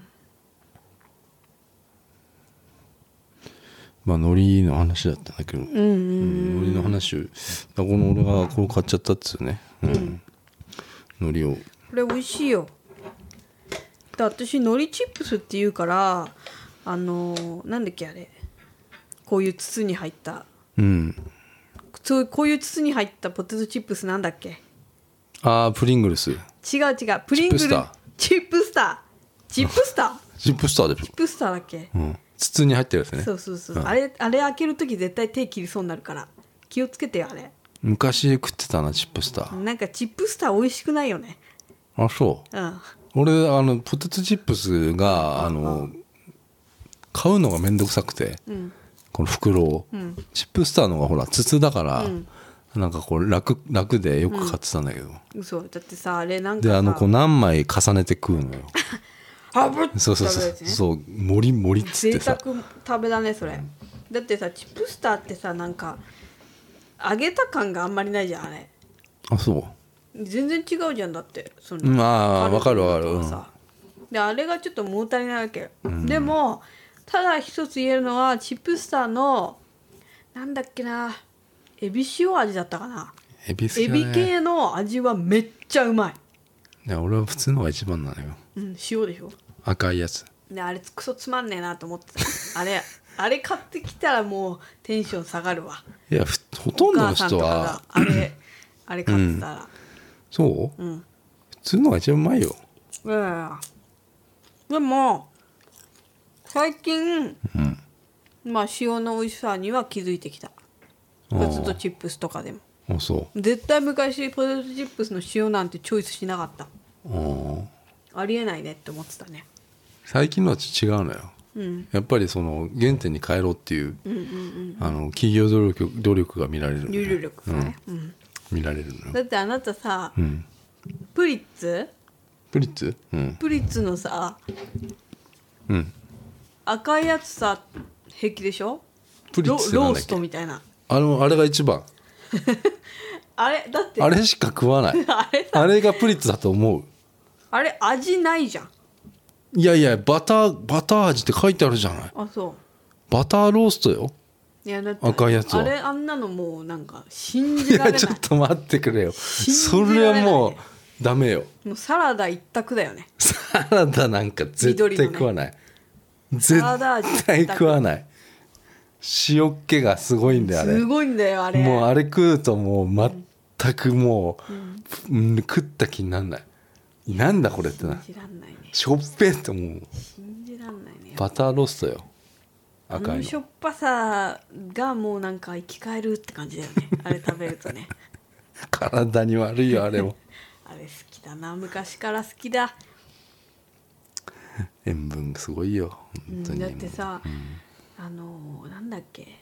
Speaker 1: まあ海苔の話だったんだけど、
Speaker 2: うんう
Speaker 1: うんん海苔の話をあこの俺がこれ買っちゃったっつうね、うん、海苔を
Speaker 2: これ美味しいよだ私海苔チップスって言うからあのーなんだっけあれこういう筒に入った
Speaker 1: うん
Speaker 2: そうこういう筒に入ったポテトチップスなんだっけ
Speaker 1: ああプリングルス
Speaker 2: 違う違うプリングル
Speaker 1: チップスター
Speaker 2: チップスター
Speaker 1: ジ
Speaker 2: チップスター
Speaker 1: ップスターでし
Speaker 2: チップスターだっけ
Speaker 1: ょ、うん、筒に入ってるやつね
Speaker 2: そうそうそう、
Speaker 1: ん
Speaker 2: あれあれ開ける時絶対手切りそうになるから気をつけてよあれ
Speaker 1: 昔食ってたなチップスター、
Speaker 2: なんかチップスター美味しくないよね
Speaker 1: あそう
Speaker 2: うん
Speaker 1: 俺あのポテトチップスがあの買うのがめんどくさくて、
Speaker 2: ん
Speaker 1: この袋を、チップスターのがほら筒だから、なんかこう楽楽でよく買ってたんだけど、
Speaker 2: 嘘だってさあれなんか
Speaker 1: で
Speaker 2: さ
Speaker 1: あのこう何枚重ねて食うのよ
Speaker 2: あぶっと
Speaker 1: そうそう
Speaker 2: 食べ
Speaker 1: そう
Speaker 2: るやつね
Speaker 1: そう盛り盛りっつっ
Speaker 2: 贅
Speaker 1: てさ
Speaker 2: 沢食べだねそれだってさチップスターってさなんか揚げた感があんまりないじゃんあれ
Speaker 1: あそ
Speaker 2: 全然違うじゃんだってその
Speaker 1: うんあー
Speaker 2: カルビ
Speaker 1: わかるわかる
Speaker 2: とさであれがちょっと物足りないわけよ、でもただ一つ言えるのはチップスターのなんだっけなエビ塩味だったかな
Speaker 1: うエビ好き
Speaker 2: エ
Speaker 1: だ、ね、
Speaker 2: ビ系の味はめっちゃうま
Speaker 1: いや俺は普通のが一番なのよ
Speaker 2: い、うん、塩でしょ
Speaker 1: 赤いやつ
Speaker 2: であれクソつまんねえなと思ってたあれあれ買ってきたらもうテンション下がるわ
Speaker 1: いやふほとんどの人は
Speaker 2: お母さんとかがあれあれ買ってたら
Speaker 1: そう、
Speaker 2: うん
Speaker 1: 普通のが一番うまいよ
Speaker 2: いやいやいやでも最近、
Speaker 1: ん
Speaker 2: まあ塩の美味しさには気づいてきたポテトチップスとかでも
Speaker 1: あそ
Speaker 2: 絶対昔ポテトチップスの塩なんてチョイスしなかった
Speaker 1: ううん
Speaker 2: ありえないねって思ってたね
Speaker 1: 最近のは違うのよ、やっぱりその原点に帰ろうっていう,、あの企業努力努力が見られるのね、
Speaker 2: 入力力がね、うん
Speaker 1: 見られるの
Speaker 2: だ
Speaker 1: よ、
Speaker 2: ってあなたさ
Speaker 1: うん、
Speaker 2: プリッツ
Speaker 1: プリッツうん
Speaker 2: プリッツのさ
Speaker 1: うん
Speaker 2: 赤いやつさ平気でしょ
Speaker 1: プリッツって
Speaker 2: ロ
Speaker 1: なん
Speaker 2: ロー
Speaker 1: だっ
Speaker 2: ス
Speaker 1: け
Speaker 2: トみたいな
Speaker 1: あのあれが一番
Speaker 2: あれだって
Speaker 1: あれしか食わない
Speaker 2: あれ
Speaker 1: あれがプリッツだと思う
Speaker 2: あれ味ないじゃん
Speaker 1: いやいやバターバター味って書いてあるじゃない
Speaker 2: あそ
Speaker 1: バターローストよ
Speaker 2: ういやだって
Speaker 1: 赤いやつは
Speaker 2: あれあんなのもうなんか 信
Speaker 1: い
Speaker 2: じら
Speaker 1: や
Speaker 2: れない
Speaker 1: ちょっと待ってくれよそ
Speaker 2: じ
Speaker 1: れ
Speaker 2: ら
Speaker 1: は
Speaker 2: れない
Speaker 1: もうダメよ
Speaker 2: もうサラダ一択だよね
Speaker 1: サラダなんか絶
Speaker 2: 緑の
Speaker 1: 対
Speaker 2: ね
Speaker 1: 食わない、
Speaker 2: ラダ味
Speaker 1: 絶対食わない塩っ気がすごいんだよあれ
Speaker 2: すごいんだよあれ
Speaker 1: もうあれ食うともう全くもう、うん食った気になんないなんだこれってな
Speaker 2: 信じらんないね
Speaker 1: しょっぺってもう
Speaker 2: 信じらんないね
Speaker 1: バターローストよ
Speaker 2: あ
Speaker 1: 赤い
Speaker 2: の
Speaker 1: の
Speaker 2: しょっぱさがもうなんか生き返るって感じだよねあれ食べると ね
Speaker 1: 体に悪いよあれも
Speaker 2: あれ好きだな昔から好きだ
Speaker 1: 塩分すごいよ
Speaker 2: うん
Speaker 1: 本当に
Speaker 2: だってさ、あのなんだっけ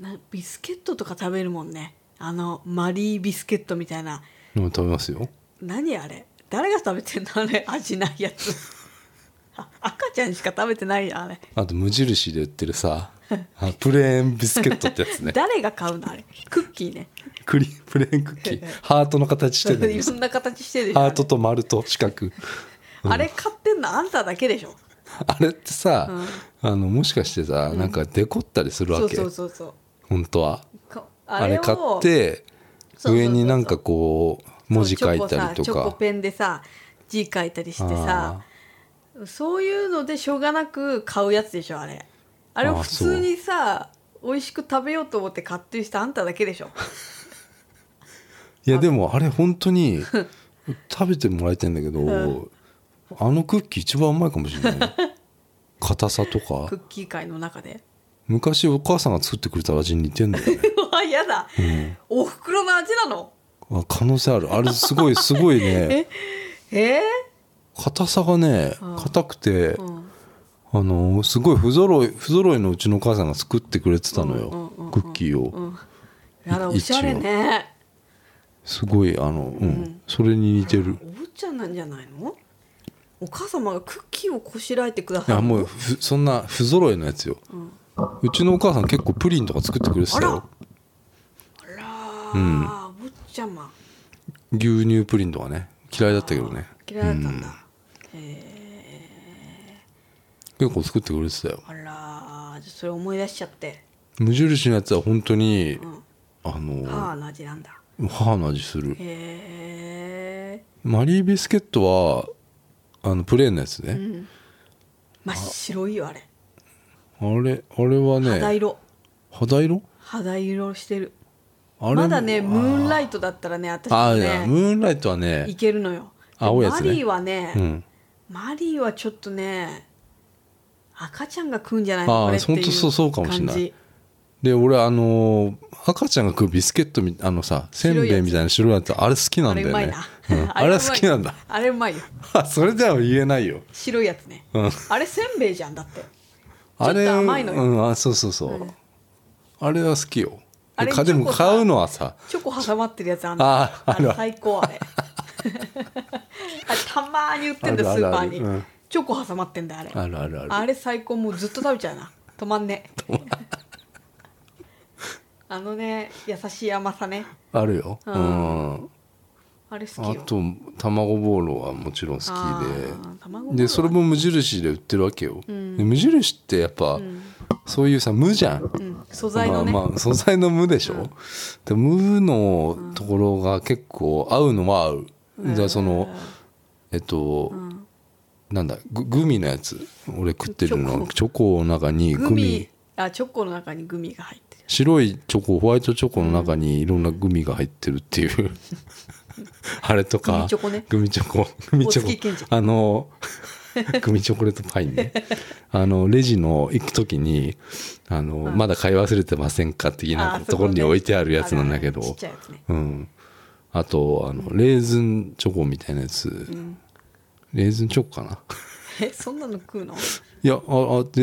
Speaker 2: なビスケットとか食べるもんねあのマリービスケットみたいな
Speaker 1: もう食べますよ
Speaker 2: 何あれ誰が食べてんのあれ味ないやつ あ赤ちゃんしか食べてないよあれ、
Speaker 1: あと無印で売ってる さあプレーンビスケットってやつね
Speaker 2: 誰が買うのあれクッキーね
Speaker 1: クリプレーンクッキーハートの形してるんだけ
Speaker 2: い
Speaker 1: ど
Speaker 2: ろんな形してるでしょ
Speaker 1: ハートと丸と四角
Speaker 2: あれ買ってんのあんただけでしょ
Speaker 1: あれってさ、あのもしかしてさなんかデコったりする
Speaker 2: そ
Speaker 1: わ
Speaker 2: う
Speaker 1: け、
Speaker 2: そうそうそう
Speaker 1: 本当は
Speaker 2: か
Speaker 1: あれ
Speaker 2: を
Speaker 1: 買って
Speaker 2: そうそうそう
Speaker 1: 上になんかこう文字書いたり
Speaker 2: チョコさ
Speaker 1: と
Speaker 2: チョコ
Speaker 1: か
Speaker 2: ペンでさ字書いたりしてさそういうのでしょうがなく買うやつでしょあれあれを
Speaker 1: あー
Speaker 2: 普通にさ美味しく食べようと思って買ってる人あんただけでしょ
Speaker 1: いやでもあれ本当 に食べてもらいたいんだけど、あのクッキー一番うまいかもしれない硬さと
Speaker 2: ク
Speaker 1: か
Speaker 2: ッキー界の中で
Speaker 1: 昔お母さんが作ってくれた味に似てんだよね
Speaker 2: うわやだ、おふくろの味なの
Speaker 1: あ可能性あるあれすごいすごいね
Speaker 2: え
Speaker 1: 硬さがね
Speaker 2: うん
Speaker 1: 硬くて、
Speaker 2: ー、うん
Speaker 1: あのすごい不揃い不揃いのうちのお母さんが作ってくれてたのよ、
Speaker 2: うんうんうんうん
Speaker 1: クッキーを、
Speaker 2: うんやだおしゃれね
Speaker 1: すごいあの、うんそれに似てる
Speaker 2: お坊ちゃんなんじゃないのお母様がクッキーをこしらえてくだ
Speaker 1: い
Speaker 2: さ
Speaker 1: や
Speaker 2: る
Speaker 1: もうふそんな不揃いのやつよ、うちのお母さん結構プリンとか作ってくれてた
Speaker 2: あら
Speaker 1: よ
Speaker 2: あらー、お坊ちゃま
Speaker 1: 牛乳プリンとかね嫌いだったけどね
Speaker 3: 嫌いだったんだ、
Speaker 1: 結構作ってくれてたよ
Speaker 3: あらーじゃあそれ思い出しちゃって
Speaker 1: 無印のやつは本当に、あの
Speaker 3: 母の味なんだ
Speaker 1: 母の味する
Speaker 3: へえ
Speaker 1: マリービスケットはあのプレーンのやつね、
Speaker 3: 真っ白いよあれ
Speaker 1: あれあれはね
Speaker 3: 肌色
Speaker 1: 肌色
Speaker 3: 肌色してる
Speaker 1: あれも
Speaker 3: まだねムーンライトだったらね私
Speaker 1: あ
Speaker 3: も
Speaker 1: あいやム
Speaker 3: ね
Speaker 1: ーンライトはね
Speaker 3: いけるのよ
Speaker 1: 青いやつね
Speaker 3: マリーはね、
Speaker 1: うん
Speaker 3: マリーはちょっとね赤ちゃんが食うんじゃない
Speaker 1: あー
Speaker 3: のこれっていう
Speaker 1: ほん
Speaker 3: 感
Speaker 1: と
Speaker 3: じ
Speaker 1: そうそうかもしんないで俺あの赤ちゃんが食うビスケットみあのさせん
Speaker 3: 白いやつ
Speaker 1: べいみたいな白いやつあれ好きな
Speaker 3: あ
Speaker 1: んだ
Speaker 3: れう
Speaker 1: よ
Speaker 3: まい
Speaker 1: ね
Speaker 3: な、
Speaker 1: うんあれは好きなんだ
Speaker 3: あれうまいよ
Speaker 1: あそれでは言えないよ
Speaker 3: 白いやつね、
Speaker 1: うん
Speaker 3: あれせんべいじゃんだって
Speaker 1: あれ
Speaker 3: ちょっと甘いのよ
Speaker 1: うん、あそうそうそう、あれは好きよ
Speaker 3: あれ
Speaker 1: かで
Speaker 3: チョ
Speaker 1: も
Speaker 3: コさ
Speaker 1: 買うのはさ
Speaker 3: チョコ挟まってるやつあん
Speaker 1: あーあるある
Speaker 3: 最高あ れあれたまーに売ってんだよ
Speaker 1: あ
Speaker 3: ス
Speaker 1: る
Speaker 3: ー
Speaker 1: ある
Speaker 3: パ
Speaker 1: あ
Speaker 3: ー
Speaker 1: る
Speaker 3: に
Speaker 1: うん
Speaker 3: チョコ挟まってんだよあれ
Speaker 1: あるあるある
Speaker 3: あれ最高もうずっと食べちゃうな止まんねあのね優しい甘さね
Speaker 1: あるよう、
Speaker 3: うんあれ好き
Speaker 1: あ
Speaker 3: よ
Speaker 1: と卵ボーロはもちろん好
Speaker 3: あー卵ボ
Speaker 1: き
Speaker 3: ー
Speaker 1: でで
Speaker 3: ロ
Speaker 1: それも無印で売ってるわけよ、で無印ってやっぱ、そういうさ無じゃん、
Speaker 3: うん素材のね、
Speaker 1: まあまあ素材の無でしょ、で無のところが結構合うのは合う、じゃあそのえっと、なんだググミのやつ俺食ってるのチョコの中にグ
Speaker 3: グ
Speaker 1: ミ
Speaker 3: ミあチョコの中にグミが入ってる
Speaker 1: 白いチョコホワイトチョコの中にいろんなグミが入ってるっていう、あれとか
Speaker 3: グミチョコね
Speaker 1: グミチョコグミチ
Speaker 3: 大月健
Speaker 1: ョ
Speaker 3: 二
Speaker 1: コあのグミチョコレートパインねあのレジの行く時にあの、まだ買い忘れてませんか的
Speaker 3: あ
Speaker 1: な
Speaker 3: ー
Speaker 1: ところに
Speaker 3: そこね
Speaker 1: 置いてあるやつなんだけど
Speaker 3: あるあるちっちゃいやつね
Speaker 1: うん、あとあのレーズンチョコみたいなやつ、レーズンチョコかな
Speaker 3: えそんなの食うの
Speaker 1: いやああレ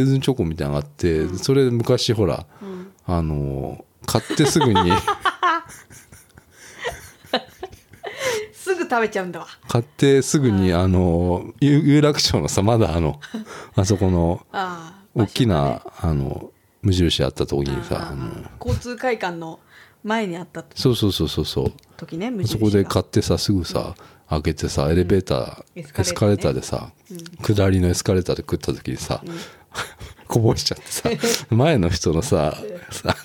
Speaker 1: ーズンチョコみたいなのがあって、それ昔ほら、あの買ってすぐ に
Speaker 3: すぐ食べちゃうんだわ
Speaker 1: 買ってすぐに、あの有有楽町のさまだあ のあそこの
Speaker 3: ああ
Speaker 1: 大きな、あの無印あった時にさあの
Speaker 3: 交通会館の前にあった
Speaker 1: そうそうそうそうそう
Speaker 3: 時ね無
Speaker 1: そ
Speaker 3: 印が
Speaker 1: こで買ってさすぐさ、開けてさエレベーター、
Speaker 3: エ
Speaker 1: エス
Speaker 3: ス
Speaker 1: カ
Speaker 3: カ
Speaker 1: レ
Speaker 3: レ
Speaker 1: ー
Speaker 3: ー
Speaker 1: タ
Speaker 3: タ
Speaker 1: ー
Speaker 3: ー
Speaker 1: でさ、下りのエスカレーターで食った時にさ、 こぼしちゃってさ前の人のささ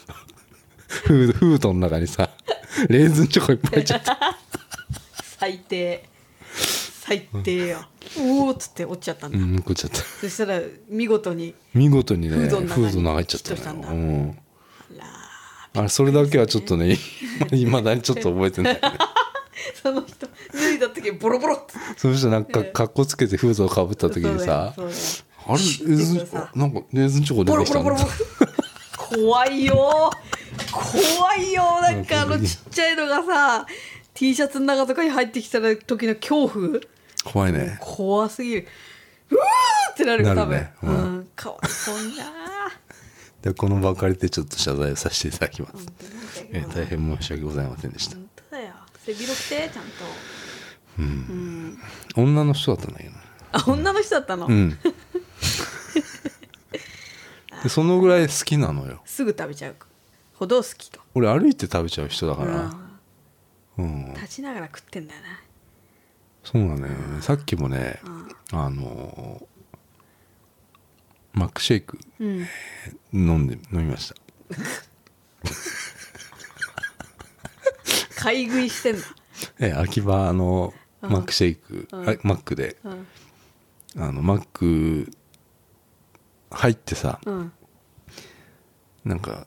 Speaker 1: フードフードの中にさレーズンチョコいっぱい入っ ちゃって
Speaker 3: 最低最低よ、うおーっつって落ちちゃったんだ、
Speaker 1: うん食っちゃった
Speaker 3: そしたら見事に
Speaker 1: 見事にねフ
Speaker 3: フ
Speaker 1: ー
Speaker 3: ー
Speaker 1: ドの
Speaker 3: ドの
Speaker 1: 中
Speaker 3: 中に
Speaker 1: 入っちゃったのよ
Speaker 3: ヒットしたんだ
Speaker 1: うん
Speaker 3: ら
Speaker 1: あれそれだけはちょっとねいまだにちょっと覚えて ない
Speaker 3: その人脱いだ時ボロボロって
Speaker 1: そしたらなんかかっこつけてフードをかぶった時にさ
Speaker 3: そうだよそう
Speaker 1: あれレーズンチョコなんかレーズンチョコ
Speaker 3: だ
Speaker 1: 出
Speaker 3: よボ
Speaker 1: て
Speaker 3: ロ
Speaker 1: きた
Speaker 3: ボロ
Speaker 1: んだ
Speaker 3: ボロボロ怖いよ怖いよなんかあのちっちゃいのがさ T シャツの中とかに入ってきた時の恐怖
Speaker 1: 怖いね
Speaker 3: 怖すぎるうわーってなるよ
Speaker 1: な
Speaker 3: 多
Speaker 1: る
Speaker 3: 分、
Speaker 1: ねう
Speaker 3: うんん、かわいそうにな
Speaker 1: でこの場を借りてちょっと謝罪をさせていただきます、
Speaker 3: ー
Speaker 1: えー大変申し訳ございませんでした
Speaker 3: 本当だよ背広着てちゃんと
Speaker 1: 女の人だったんだけどな
Speaker 3: あ女の人だったの、
Speaker 1: うんでそのぐらい好きなのよ
Speaker 3: すぐ食べちゃうほど好きと、
Speaker 1: 俺歩いて食べちゃう人だか
Speaker 3: う
Speaker 1: ら
Speaker 3: ん
Speaker 1: うん、
Speaker 3: 立ちながら食ってんだよな
Speaker 1: そうだねさっきもね、あのーマックシェイク
Speaker 3: うん
Speaker 1: 飲んで飲みました
Speaker 3: 買い食いしてんだ
Speaker 1: え秋葉のマックシェイク、あマックで、
Speaker 3: ん
Speaker 1: あのマック入ってさ、
Speaker 3: うん
Speaker 1: なんか、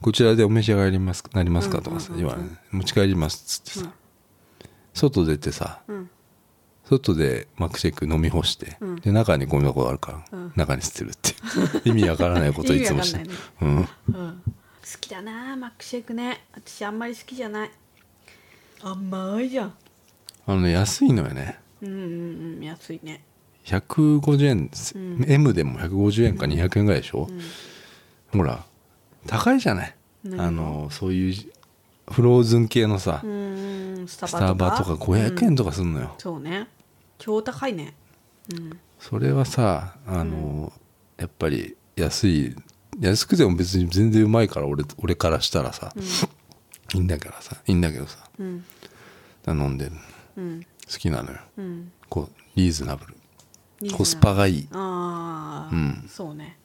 Speaker 1: こちらでお召し上がりますなりますかとかさ、言われる持ち帰りますっつってさ、外出てさ、
Speaker 3: ん
Speaker 1: 外でマックシェイク飲み干して、で、中にゴミ箱があるから、中に捨てるっていう意味わからないことをいつもして
Speaker 3: 意味わ。
Speaker 1: うん。
Speaker 3: うん好きだなマックシェイクね私あんまり好きじゃない甘いじゃん
Speaker 1: あのね、安いのよね。
Speaker 3: うんうんうん安いね
Speaker 1: 150円です、M でも150円か200円ぐらいでしょ、ほら、高いじゃない。あの、そういうフローズン系のさ、
Speaker 3: うんスタ
Speaker 1: スタバ
Speaker 3: バ
Speaker 1: とか
Speaker 3: とか
Speaker 1: 500円とかすんのよ。
Speaker 3: そうね超高いね
Speaker 1: それはさあの、やっぱり安い安くても別に全然うまいから俺俺からしたらさ、いいんだからさいいんだけどさ、
Speaker 3: うん
Speaker 1: 飲んでる、好きなのよ、こうリーズナブル
Speaker 2: リーズナブル
Speaker 1: コスパがいい
Speaker 2: ああ、そうね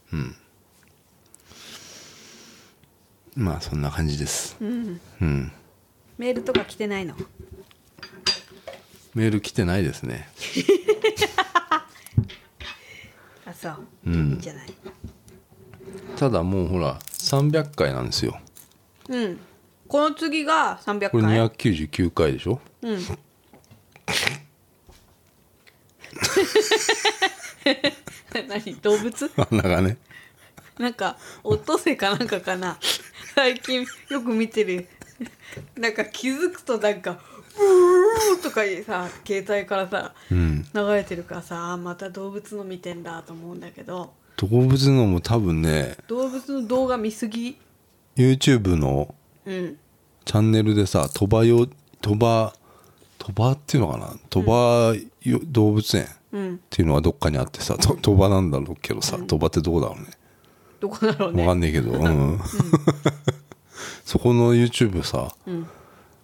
Speaker 1: まあそんな感じです、
Speaker 2: メールとか来てないの
Speaker 1: メール来てないですね
Speaker 2: あそう、いいんじゃない
Speaker 1: ただもうほら300回なんですよ
Speaker 2: うんこの次が300
Speaker 1: これ
Speaker 2: 回
Speaker 1: 299回でしょ
Speaker 2: うん何動物
Speaker 1: 鼻がね
Speaker 2: なんかオットセイかなんかかな最近よく見てるなんか気づくとなんか「ブー」とかさ携帯からさ、流れてるからさあまた動物の見てんだと思うんだけど
Speaker 1: 動物のも多分ね
Speaker 2: 動物の動画見すぎ
Speaker 1: YouTube の
Speaker 2: うん
Speaker 1: チャンネルでさ鳥羽よ鳥羽鳥羽っていうのかな鳥羽よ動物園っ
Speaker 2: うん
Speaker 1: ていうのはどっかにあってさと鳥羽なんだろうけどさ鳥羽ってどこだろうね
Speaker 2: どこだろう
Speaker 1: わか
Speaker 2: ね
Speaker 1: んないけど、うん、そこの YouTube さ、
Speaker 2: ん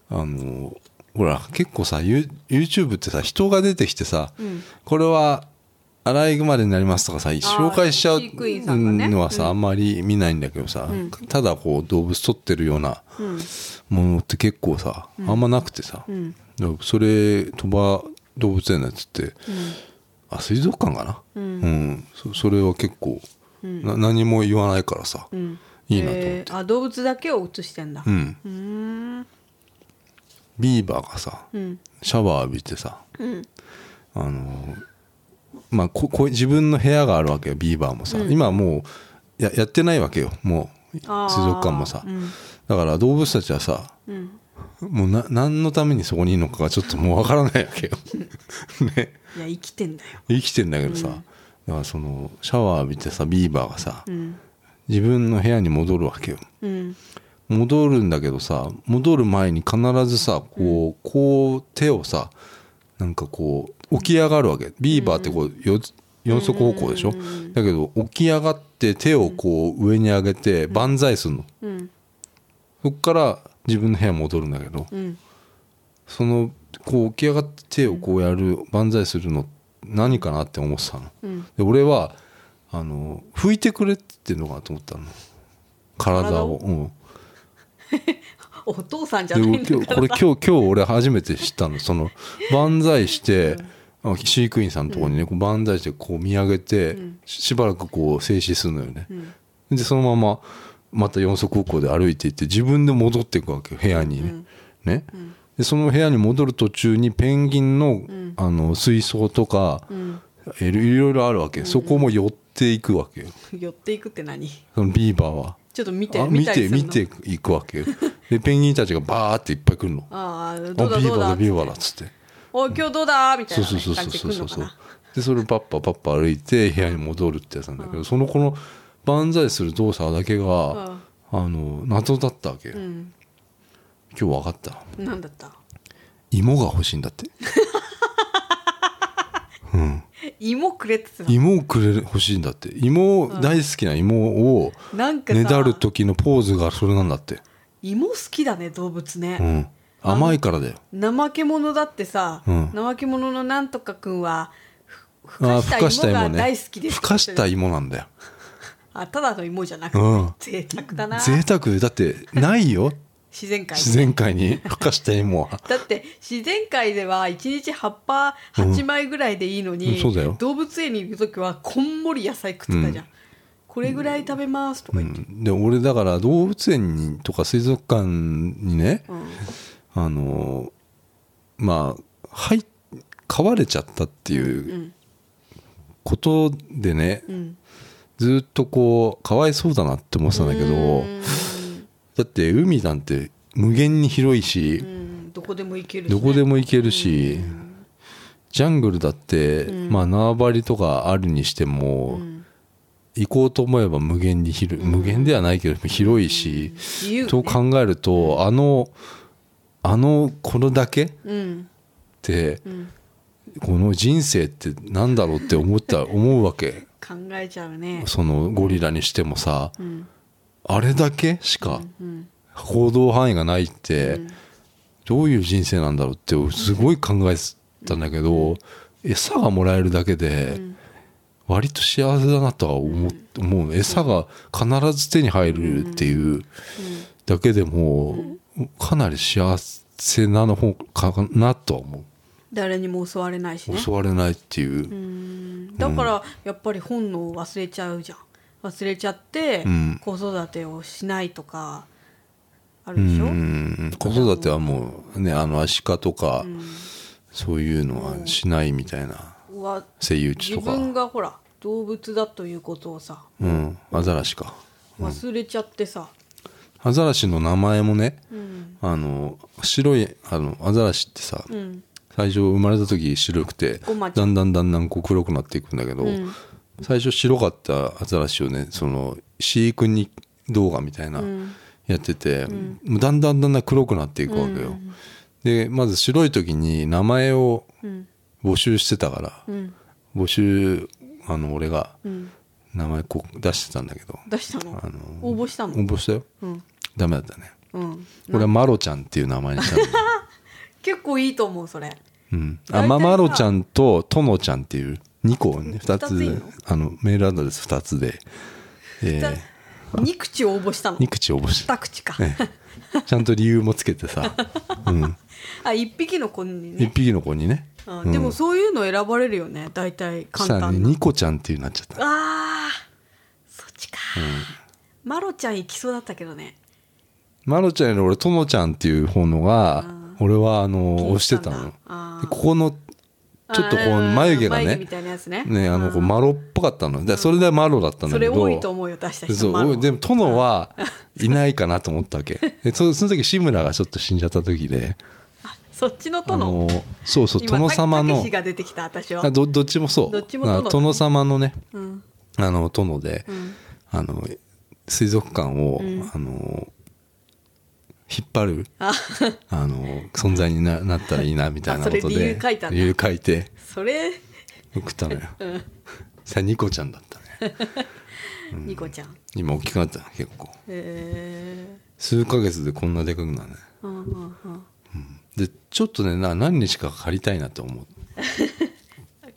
Speaker 1: あのほら結構さユ YouTube ってさ人が出てきてさ、これはアライグマでになりますとかさ紹介しちゃ
Speaker 2: 飼育員さんがね
Speaker 1: うのはさあんまり見ないんだけどさ、ただこう動物撮ってるようなものって結構さ、あんまなくてさ、だからそれ鳥羽動物園のやつって、あ水族館かな、うんそそれは結構、な何も言わないからさ、いいなと思って、
Speaker 2: えーあ動物だけを映してんだ
Speaker 1: うんビーバーがさ、シャワー浴びてさ、あのーまあここう自分の部屋があるわけよビーバーもさ、今はもうややってないわけよもう水
Speaker 2: あー
Speaker 1: 族館もさ、だから動物たちはさ、もうな何のためにそこにいるのかがちょっと もうわからないわけよね
Speaker 2: いや生きてんだよ
Speaker 1: 生きてんだけどさ、だからそのシャワー浴びてさビーバーがさ、自分の部屋に戻るわけよ
Speaker 2: うん
Speaker 1: 戻るんだけどさ戻る前に必ずさこう,、こう手をさなんかこう起き上がるわけビーバーってこう四つ四足歩行でしょ、だけど起き上がって手をこう上に上げて万歳するの、
Speaker 2: うん
Speaker 1: そっから自分の部屋戻るんだけど、
Speaker 2: うん
Speaker 1: そのこう起き上がって手をこうやる万歳するの何かなって思ってたの、
Speaker 2: うん
Speaker 1: で俺はあの拭いてくれって言ってんのかなと思ったの体を
Speaker 2: 体を
Speaker 1: うん
Speaker 2: お父さんじゃ
Speaker 1: で
Speaker 2: ないん
Speaker 1: 俺
Speaker 2: だ
Speaker 1: 今日
Speaker 2: から
Speaker 1: これ今日今日俺初めて知ったのその万歳して、あ飼育員さんのところにね、こう万歳してこう見上げて、ししばらくこう静止するのよね、でそのまままた四足歩行で歩いていって自分で戻っていくわけよ部屋にね,、ねでその部屋に戻る途中にペンギンの,、あの水槽とか、えいろいろあるわけ、そこも寄っていくわけよ
Speaker 2: 寄っていくって何ち
Speaker 1: そのビーバーは。
Speaker 2: ょっと見て
Speaker 1: あ
Speaker 2: 見
Speaker 1: 見
Speaker 2: たり
Speaker 1: て
Speaker 2: するの
Speaker 1: 見ていくわけ よでペンギンたちがバーっていっぱい来るの
Speaker 2: ああどう
Speaker 1: あ
Speaker 2: だ
Speaker 1: ビ
Speaker 2: ど
Speaker 1: ーバ
Speaker 2: う
Speaker 1: ー
Speaker 2: だ
Speaker 1: だビーバーだっつって
Speaker 2: おい今日どうだみたい
Speaker 1: そう
Speaker 2: な
Speaker 1: そうそうそう
Speaker 2: 感じで
Speaker 1: そう
Speaker 2: 来る
Speaker 1: そう
Speaker 2: のかな
Speaker 1: でそれをパッパパッパ歩いて部屋に戻るってやつなんだけど、その子の万歳する動作だけが、あの謎だったわけよ、
Speaker 2: ん
Speaker 1: 今日分かった
Speaker 2: 何だった
Speaker 1: 芋が欲しいんだって
Speaker 2: 芋くれって言って
Speaker 1: 芋をくれる欲しいんだって芋、大好きな芋を
Speaker 2: たなんかさ
Speaker 1: ねだる時のポーズがそれなんだって、
Speaker 2: 芋好きだね動物
Speaker 1: う
Speaker 2: ね、
Speaker 1: ん、甘いからだよ
Speaker 2: 怠け者だってさ、
Speaker 1: うん
Speaker 2: 怠け者のなんとかくんはふ
Speaker 1: あー
Speaker 2: ふかした芋が大好きです
Speaker 1: ふかした芋なんだよ
Speaker 2: あただの芋じゃなくて、
Speaker 1: うん
Speaker 2: 贅沢だな
Speaker 1: 贅沢でだってないよ
Speaker 2: 自然界
Speaker 1: 自然界にふかした芋 は
Speaker 2: だって自然界では1日葉っぱ8枚ぐらいでいいのに、
Speaker 1: うんそうだよ
Speaker 2: 動物園に行く時はこんもり野菜食ってたじゃん、これぐらい食べますとか言って、
Speaker 1: で俺だから動物園にとか水族館にね、あのまあ入飼われちゃったっていうことでね、
Speaker 2: ん
Speaker 1: ずっとこうかわいそうだなって思ってたんだけど、だって海なんて無限に広いし、
Speaker 2: うんどこでも行けるしね、
Speaker 1: どこでも行けるし、ジャングルだって、まあ縄張りとかあるにしても、行こうと思えば無限に広い、無限ではないけど広いし、
Speaker 2: 自由ね
Speaker 1: と考えるとあのあのこのだけっ
Speaker 2: うん
Speaker 1: て、この人生ってなんだろうって思った思うわけ
Speaker 2: 考えちゃうね
Speaker 1: そのゴリラにしてもさ、
Speaker 2: ん
Speaker 1: あれだけしか行動範囲がないって、どういう人生なんだろうってすごい考えてたんだけど、餌がもらえるだけで割と幸せだなとは思,、う思う餌が必ず手に入るっていうだけでもかなり幸せなの方かなとは思
Speaker 3: 誰にも襲われないし
Speaker 1: う
Speaker 3: ね
Speaker 1: 襲われないっていう、
Speaker 3: だからやっぱり本能を忘れちゃうじゃん忘れちゃって、
Speaker 1: うん
Speaker 3: 子育てをしないとかあるでしょ、
Speaker 1: うん子育てはもうねあのアシカとか、そういうのはしないみたいな
Speaker 3: わ
Speaker 1: セイウチ
Speaker 3: 自
Speaker 1: とか
Speaker 3: 分がほら動物だということをさ
Speaker 1: うんアザラシか
Speaker 3: 忘れちゃってさ、
Speaker 1: アザラシの名前もね、あの白いあのアザラシってさ、最初生まれた時白くて
Speaker 3: ごまちゃ
Speaker 1: だんだんだんだんこう黒くなっていくんだけど、最初白かったアザラシをねその飼育に動画みたいなやってて、もうだんだんだんだん黒くなっていくわけよ。でまず白い時に名前を募集してたから、募集あの俺が名前こう出してたんだけど、
Speaker 3: 出したの
Speaker 1: あの
Speaker 3: 応募したの
Speaker 1: 応募したよ、ダメだったね
Speaker 3: うん、
Speaker 1: 俺はマロちゃんっていう名前にした の、
Speaker 3: 結構いいと思うそれ
Speaker 1: うん、
Speaker 3: 大
Speaker 1: あ
Speaker 3: 体
Speaker 1: ま
Speaker 3: さ
Speaker 1: マロちゃんとトノちゃんっていう2個ね2
Speaker 3: 二ついい
Speaker 1: つ
Speaker 3: の
Speaker 1: あのメールアドレス2つで、えー、
Speaker 3: 二口応募したの
Speaker 1: 2口応募して
Speaker 3: 二口か
Speaker 1: ええちゃんと理由もつけてさ、うん、
Speaker 3: あ一匹の子にね
Speaker 1: 1匹の子にね
Speaker 3: あでもそういうの選ばれるよね大体
Speaker 1: そし
Speaker 3: 簡
Speaker 1: たらね
Speaker 3: 単な
Speaker 1: ニコちゃんっていうなっちゃった
Speaker 3: あーそっちか、マロちゃん行きそうだったけどね
Speaker 1: マロちゃんより俺トノちゃんっていう方のが俺はあの押してた
Speaker 3: 気に
Speaker 1: の
Speaker 3: したんだあー
Speaker 1: でここのちょっとこ
Speaker 3: あ
Speaker 1: う
Speaker 3: ー
Speaker 1: 眉毛が
Speaker 3: 眉
Speaker 1: ね
Speaker 3: 毛みたいなやつね
Speaker 1: ねあのこうマロっぽかったのでそれでマロだったんだ
Speaker 3: そ
Speaker 1: け
Speaker 3: れ
Speaker 1: ど
Speaker 3: 多いと思うよ出した人
Speaker 1: そう
Speaker 3: マロ
Speaker 1: 俺でも殿はいないかなと思ったわけでそその時志村がちょっと死んじゃった時で
Speaker 3: そっちの
Speaker 1: あ
Speaker 3: と
Speaker 1: の
Speaker 3: の
Speaker 1: そうそう
Speaker 3: 今
Speaker 1: 殿様
Speaker 3: た
Speaker 1: の
Speaker 3: けしが出てきた私は
Speaker 1: あどどっちもそう
Speaker 3: どっちも殿
Speaker 1: あ殿様のね
Speaker 3: うん
Speaker 1: あの殿で、
Speaker 3: ん
Speaker 1: あの水族館を、あの引っ張る
Speaker 3: あ
Speaker 1: あの存在にななったらいいなみたいなことで
Speaker 3: あそれ理由書いたんだ
Speaker 1: 理由書いて
Speaker 3: それ
Speaker 1: 送ったのよ、さあニコちゃんだった ね
Speaker 3: ニコちゃん
Speaker 1: 今大きくなったな結構
Speaker 3: へえ
Speaker 1: 数ヶ月でこんなでかくなるね
Speaker 3: うんうんうん
Speaker 1: でちょっとねな何日か借りたいなと思う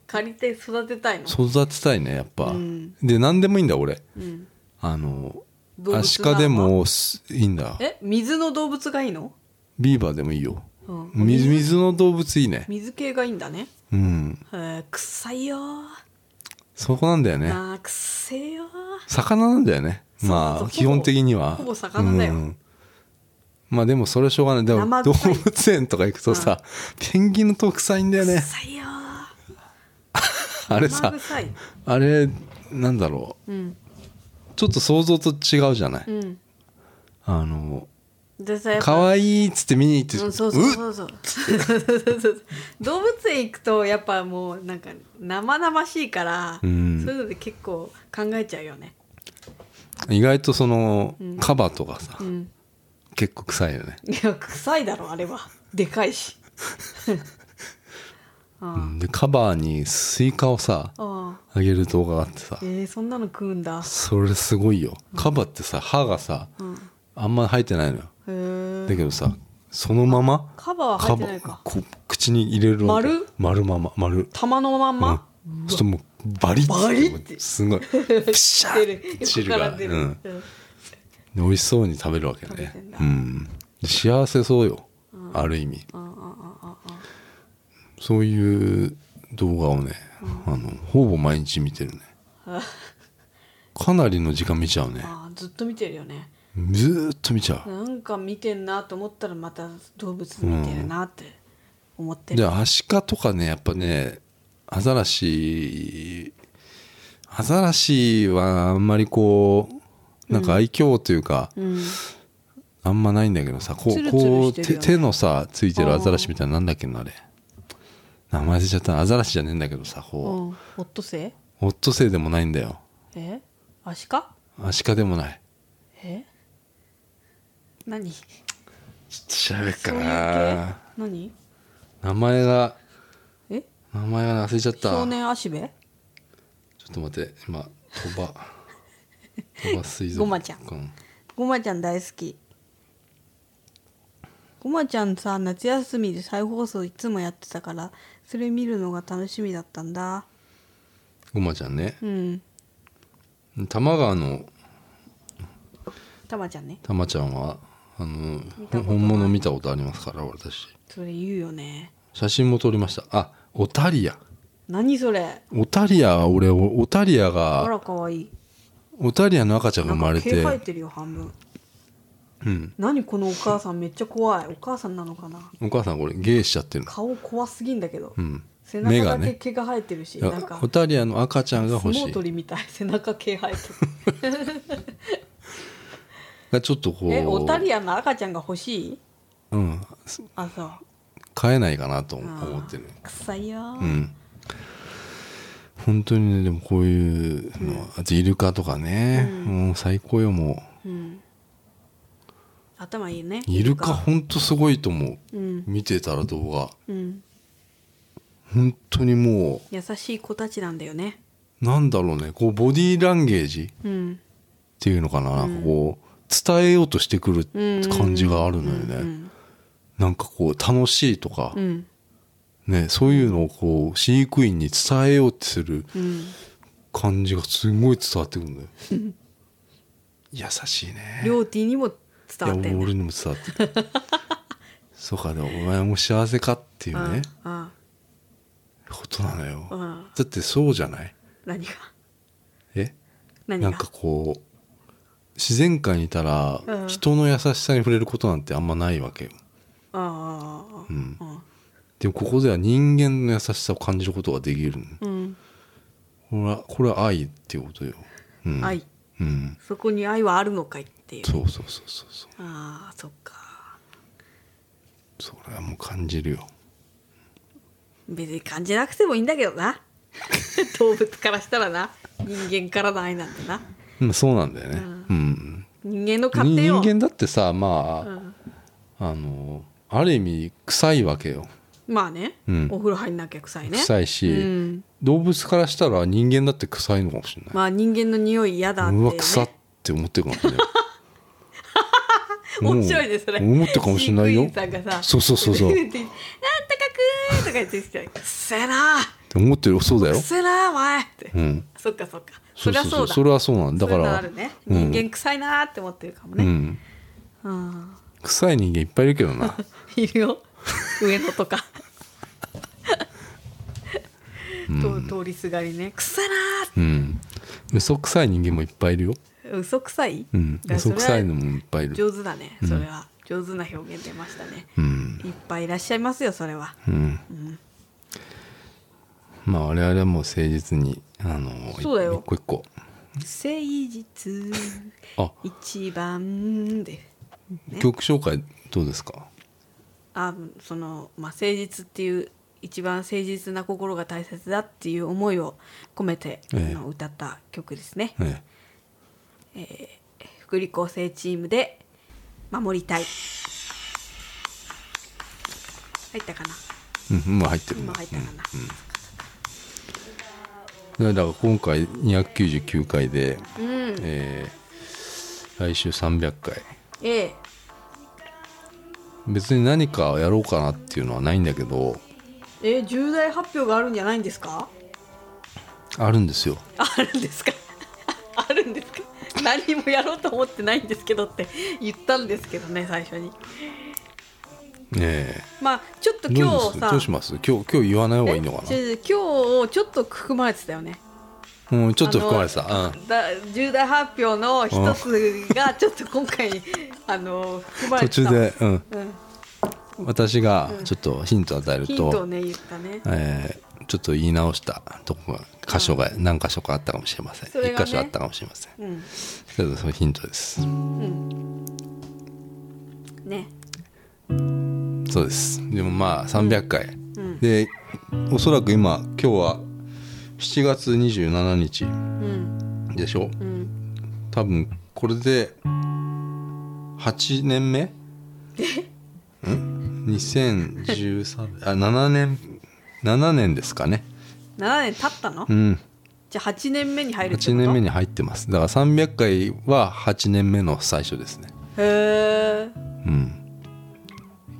Speaker 3: 借りて育てたいの
Speaker 1: 育てたいねやっぱ、
Speaker 3: うん
Speaker 1: で何でもいいんだ俺
Speaker 3: うん
Speaker 1: あの
Speaker 3: 動物
Speaker 1: アシカでもすいいんだ
Speaker 3: え水の動物がいいの、
Speaker 1: ビーバーでもいいよ
Speaker 3: うん、
Speaker 1: 水水の動物いいね
Speaker 3: 水系がいいんだね
Speaker 1: うん
Speaker 3: へー臭いよー
Speaker 1: そこなんだよね
Speaker 3: あーくせえよー
Speaker 1: 魚なんだよね
Speaker 3: そう
Speaker 1: ま
Speaker 3: そう
Speaker 1: あ
Speaker 3: ほぼ
Speaker 1: 基本的には
Speaker 3: ほぼ魚だよ
Speaker 1: んまあでもそれはしょうがないでも
Speaker 3: 生
Speaker 1: 動
Speaker 3: 臭い
Speaker 1: 物園とか行くとさペンギンのとこ臭いんだよね
Speaker 3: 臭いよー
Speaker 1: あれさ
Speaker 3: 生臭い
Speaker 1: あれなんだろう
Speaker 3: うん
Speaker 1: ちょっと想像と違うじゃない、
Speaker 3: うん
Speaker 1: あの
Speaker 3: でさやっぱ
Speaker 1: 可愛いっつって見に行って、
Speaker 3: うん、そうそうそうそう動物園行くとやっぱもうなんか生々しいから、
Speaker 1: うん
Speaker 3: そういうので結構考えちゃうよね、
Speaker 1: っ意外とその、カバとかさ、
Speaker 3: うん、
Speaker 1: 結構臭いよね、
Speaker 3: いや臭いだろあれはでかいし
Speaker 1: うんでカバにスイカをさ
Speaker 3: ああ
Speaker 1: あげる動画があってさ
Speaker 3: えー、そんなの食うんだへ
Speaker 1: それすごいよカバってさ歯がさ、あんま入ってないのよだけ
Speaker 3: え
Speaker 1: どさそのまま
Speaker 3: カバは入ってない
Speaker 1: カバ
Speaker 3: か
Speaker 1: こう口に入れるわけ
Speaker 3: 丸
Speaker 1: 丸まま丸
Speaker 3: 玉のまん
Speaker 1: う
Speaker 3: ま、
Speaker 1: んそうするともうバリッ
Speaker 3: バリッて
Speaker 1: す ごいピシャ
Speaker 3: 出
Speaker 1: ッ
Speaker 3: る
Speaker 1: て
Speaker 3: 横
Speaker 1: 汁
Speaker 3: か
Speaker 1: が
Speaker 3: ら出る、
Speaker 1: うん、で
Speaker 3: うん
Speaker 1: 美味しそうに食べるわけね
Speaker 3: 食べてんだ
Speaker 1: うんで幸せそうよ、ある意味、そういう動画をね、あのほぼ毎日見てるねかなりの時間見ちゃうね
Speaker 3: ああずっと見てるよね
Speaker 1: ずーっと見ちゃう
Speaker 3: なんか見てんなと思ったらまた動物見てるなって思ってる、
Speaker 1: でアシカとかねやっぱねアザラシアザラシはあんまりこうなんか愛嬌というか、
Speaker 3: うん
Speaker 1: あんまないんだけどさこ
Speaker 3: ツル
Speaker 1: う
Speaker 3: ツル
Speaker 1: こう
Speaker 3: してる
Speaker 1: 手
Speaker 3: よね
Speaker 1: 手のさついてるアザラシみたいななんだっけなあれ名前忘れちゃったアザラシじゃねえんだけどさこ
Speaker 3: うん、オットセイ
Speaker 1: うオットセイでもないんだよ
Speaker 3: えアシカ
Speaker 1: アシカでもない
Speaker 3: え何
Speaker 1: ちょっと調べっか
Speaker 3: そういう系
Speaker 1: な
Speaker 3: 何
Speaker 1: 名前が
Speaker 3: え
Speaker 1: 名前が忘れちゃった
Speaker 3: 少年アシベ
Speaker 1: ちょっと待って今鳥 羽鳥羽水族館
Speaker 3: ごまちゃんごまちゃん大好き
Speaker 2: ごまちゃんさ夏休みで再放送いつもやってたからそれ見るのが楽しみだったんだ
Speaker 1: ごまちゃんね
Speaker 2: うん
Speaker 1: 多摩川の
Speaker 2: たまちゃんね
Speaker 1: たまちゃんはあの
Speaker 2: たことない
Speaker 1: 本物見たことありますから私
Speaker 2: それ言うよね
Speaker 1: 写真も撮りましたあオタリア
Speaker 2: 何それ
Speaker 1: オタリア俺オタリア
Speaker 2: あ
Speaker 1: が
Speaker 2: らかわいい
Speaker 1: オタリアの赤ちゃんが
Speaker 2: なん
Speaker 1: 生ま
Speaker 2: か
Speaker 1: れ
Speaker 2: 毛
Speaker 1: て
Speaker 2: 生えてるよ半分
Speaker 1: うん
Speaker 2: 何このお母さんめっちゃ怖いお母さんなのかな
Speaker 1: お母さんこれゲイしちゃってるの
Speaker 2: 顔怖すぎんだけど、
Speaker 1: うん
Speaker 2: 背中
Speaker 1: 目が
Speaker 2: だけ
Speaker 1: ね
Speaker 2: 毛が生えてるし、
Speaker 1: いや
Speaker 2: なんか
Speaker 1: オタリアの赤ちゃんが
Speaker 2: 相
Speaker 1: 欲し
Speaker 2: 撲
Speaker 1: い
Speaker 2: 取りみたい背中毛生えて
Speaker 1: がちょっとこう
Speaker 2: るえオタリアの赤ちゃんが欲しい
Speaker 1: うん
Speaker 2: あそう
Speaker 1: 買えないかなと思
Speaker 2: あ
Speaker 1: 思ってる
Speaker 2: ー臭いよー、
Speaker 1: うん本当にねでもこういうのは、あとイルカとかね、もう最高よも
Speaker 2: うん頭いいね
Speaker 1: うイルカ本当すごいと思う
Speaker 2: うん
Speaker 1: 見てたら動画
Speaker 2: うん
Speaker 1: 本当にも
Speaker 2: 優しい子たちなんだよね
Speaker 1: うなんだろうねこうボディーランゲージっ
Speaker 2: うん
Speaker 1: ていうのかな,、なんかこう伝えようとしてくる感じがあるのよね、
Speaker 2: うん
Speaker 1: なんかこう楽しいとか
Speaker 2: う、ん
Speaker 1: ね、そういうのをこう飼育員に伝えようってする
Speaker 2: うん
Speaker 1: 感じがすごい伝わってくるんだよ優しいね
Speaker 2: りょうてぃにも伝わって
Speaker 1: いや
Speaker 2: んね
Speaker 1: 俺にも伝わってる そうかでもお前も幸せかっていうね
Speaker 2: あ
Speaker 1: ことなの
Speaker 2: ああ
Speaker 1: よ
Speaker 2: あ
Speaker 1: だってそうじゃない
Speaker 2: 何が
Speaker 1: え
Speaker 2: 何
Speaker 1: な
Speaker 2: が
Speaker 1: んかこう自然界にいたら
Speaker 2: うん
Speaker 1: 人の優しさに触れることなんてあんまないわけよ
Speaker 2: ああああ
Speaker 1: うん
Speaker 2: ああ
Speaker 1: でもここでは人間の優しさを感じることができるの
Speaker 2: うん
Speaker 1: これはこれは愛っていうことよ、うん、
Speaker 2: 愛
Speaker 1: うん
Speaker 2: そこに愛はあるのかいっていう
Speaker 1: そうそうそうそうそう
Speaker 2: ああそっか
Speaker 1: それはもう感じるよ
Speaker 2: 別に感じなくてもいいんだけどな 動物からしたらな人間からの愛なんてな
Speaker 1: うんそうなんだよねうん、
Speaker 2: 人間の勝手
Speaker 1: 人
Speaker 2: よ
Speaker 1: 間だってさまあ、
Speaker 2: うん
Speaker 1: あのある意味臭いわけよ
Speaker 2: まあね、
Speaker 1: うん
Speaker 2: お風呂入んなきゃ臭いね
Speaker 1: 臭いし、
Speaker 2: うん、
Speaker 1: 動物からしたら人間だって臭いのかもしれない、
Speaker 2: まあ人間の匂い嫌だって、ね、
Speaker 1: うわ臭って思ってるかもしれない
Speaker 2: 面白いですね
Speaker 1: もう思ってるかもしれない
Speaker 2: 飼
Speaker 1: よ
Speaker 2: 育員さんがさ
Speaker 1: そうそう そうそう
Speaker 2: なんとかくーとか言ってきて「くっせえな
Speaker 1: 思ってるそうだよ
Speaker 2: くっ、せえなお前」って、
Speaker 1: うん、
Speaker 2: そっかそっか
Speaker 1: そ
Speaker 2: そうり
Speaker 1: そ
Speaker 2: ゃ
Speaker 1: う
Speaker 2: そ
Speaker 1: そうう
Speaker 2: だ
Speaker 1: それはそうなんだか
Speaker 2: そういうの
Speaker 1: ら
Speaker 2: あるね
Speaker 1: うん
Speaker 2: 人間臭いなーって思ってるかも
Speaker 1: う
Speaker 2: ね、
Speaker 1: ん、
Speaker 2: うん、
Speaker 1: 臭い人間いっぱいいるけど な
Speaker 2: いるよ上野とか、と通りすがりね「くっせえなーって
Speaker 1: うん嘘くさい人間もいっぱいいるよ、」
Speaker 2: 嘘くさい、
Speaker 1: うん、
Speaker 2: だから
Speaker 1: 嘘
Speaker 2: それは
Speaker 1: くさいのもいっぱいいる
Speaker 2: 上手だねそれは、上手な表現出ましたね、
Speaker 1: うん
Speaker 2: いっぱいいらっしゃいますよそれは
Speaker 1: うんまあ我々はもう誠実にあの
Speaker 2: そうだよ
Speaker 1: 一個一個
Speaker 2: 誠実
Speaker 1: あ
Speaker 2: 一番で
Speaker 1: 曲紹介どうですか
Speaker 2: あその、まあ、誠実っていう一番誠実な心が大切だっていう思いを込めて、
Speaker 1: ええ
Speaker 2: あの歌った曲ですね、
Speaker 1: ええ
Speaker 2: 福利厚生チームで守りたい入ったかな
Speaker 1: うん、まあ入ってるね
Speaker 2: 今入ったかな、
Speaker 1: だから今回299回で、えー来週300回
Speaker 2: ええ
Speaker 1: 別に何かやろうかなっていうのはないんだけど
Speaker 2: ええ重大発表があるんじゃないんですか
Speaker 1: あるんですよ
Speaker 2: あるんですか あるんですか何もやろうと思ってないんですけどって言ったんですけどね最初に
Speaker 1: え
Speaker 2: まあちょっと
Speaker 1: え
Speaker 2: 今
Speaker 1: どうで
Speaker 2: 日
Speaker 1: す
Speaker 2: さ
Speaker 1: どうします今日今日言わない方がいいのか
Speaker 2: え違う違う今日ちょっと含まれてたよね
Speaker 1: なうんちょっと含まれてた
Speaker 2: だ重大発表の一つがちょっと今回あの含
Speaker 1: う
Speaker 2: ま
Speaker 1: ん
Speaker 2: れ
Speaker 1: 途
Speaker 2: てた
Speaker 1: 中で、うん、
Speaker 2: うん、
Speaker 1: 私がちょっとヒントを与える
Speaker 2: ヒントを
Speaker 1: と、
Speaker 2: ね言ったね
Speaker 1: えーちょっと言い直したとこが箇所が何箇所かあったかもしれません
Speaker 2: それ
Speaker 1: 一、
Speaker 2: がね
Speaker 1: 箇所あったかもしれません
Speaker 2: うん
Speaker 1: けどそのヒントです
Speaker 2: うんね
Speaker 1: そうですでもまあ300回、でおそらく今今日は7月27日
Speaker 2: うん
Speaker 1: でしょ
Speaker 2: うん
Speaker 1: 多分これで8年目うん2013あ7年7年ですかね
Speaker 2: 7年経ったの、
Speaker 1: うん
Speaker 2: じゃあ8年目に入るってこ
Speaker 1: 8
Speaker 2: と
Speaker 1: 年目
Speaker 2: へ
Speaker 1: に入ってますだから300回は8年目の最初ですね
Speaker 2: え
Speaker 1: うん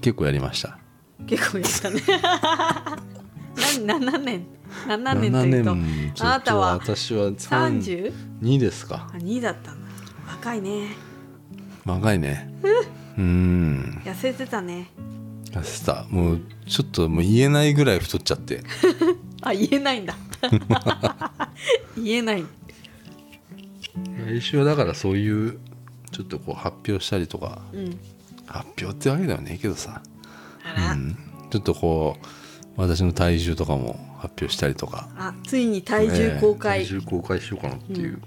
Speaker 1: 結構やりました
Speaker 3: 結構でしたねな7年7年と
Speaker 1: 7
Speaker 3: いうと
Speaker 1: 年ちょ
Speaker 3: あな
Speaker 1: っと
Speaker 3: たは
Speaker 1: 私は32
Speaker 3: 30?
Speaker 1: ですか
Speaker 3: あ2だったんだ若いね
Speaker 1: 若いねうん
Speaker 3: 痩せてたね
Speaker 1: 痩せたもうちょっともう言えないぐらい太っちゃって
Speaker 3: あ言えないんだ 言えない
Speaker 1: 来週はだからそういうちょっとこう発表したりとか
Speaker 3: うん
Speaker 1: 発表ってわけではねえけどさ、
Speaker 3: あら、
Speaker 1: うん、ちょっとこう私の体重とかも発表したりとか
Speaker 3: あついに体重公開、
Speaker 1: ええ体重公開しようかなっていう、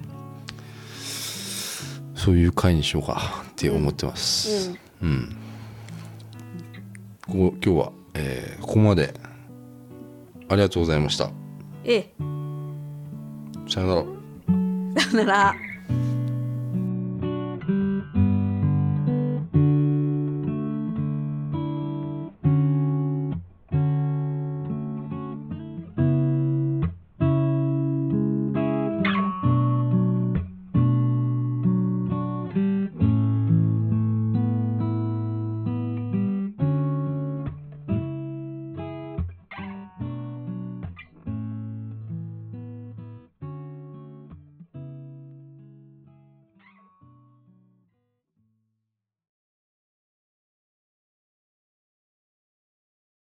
Speaker 1: そういう回にしようかって思ってますうん、ここ今日は、えーここまでありがとうございました
Speaker 3: え
Speaker 1: さよなら
Speaker 3: えさよなら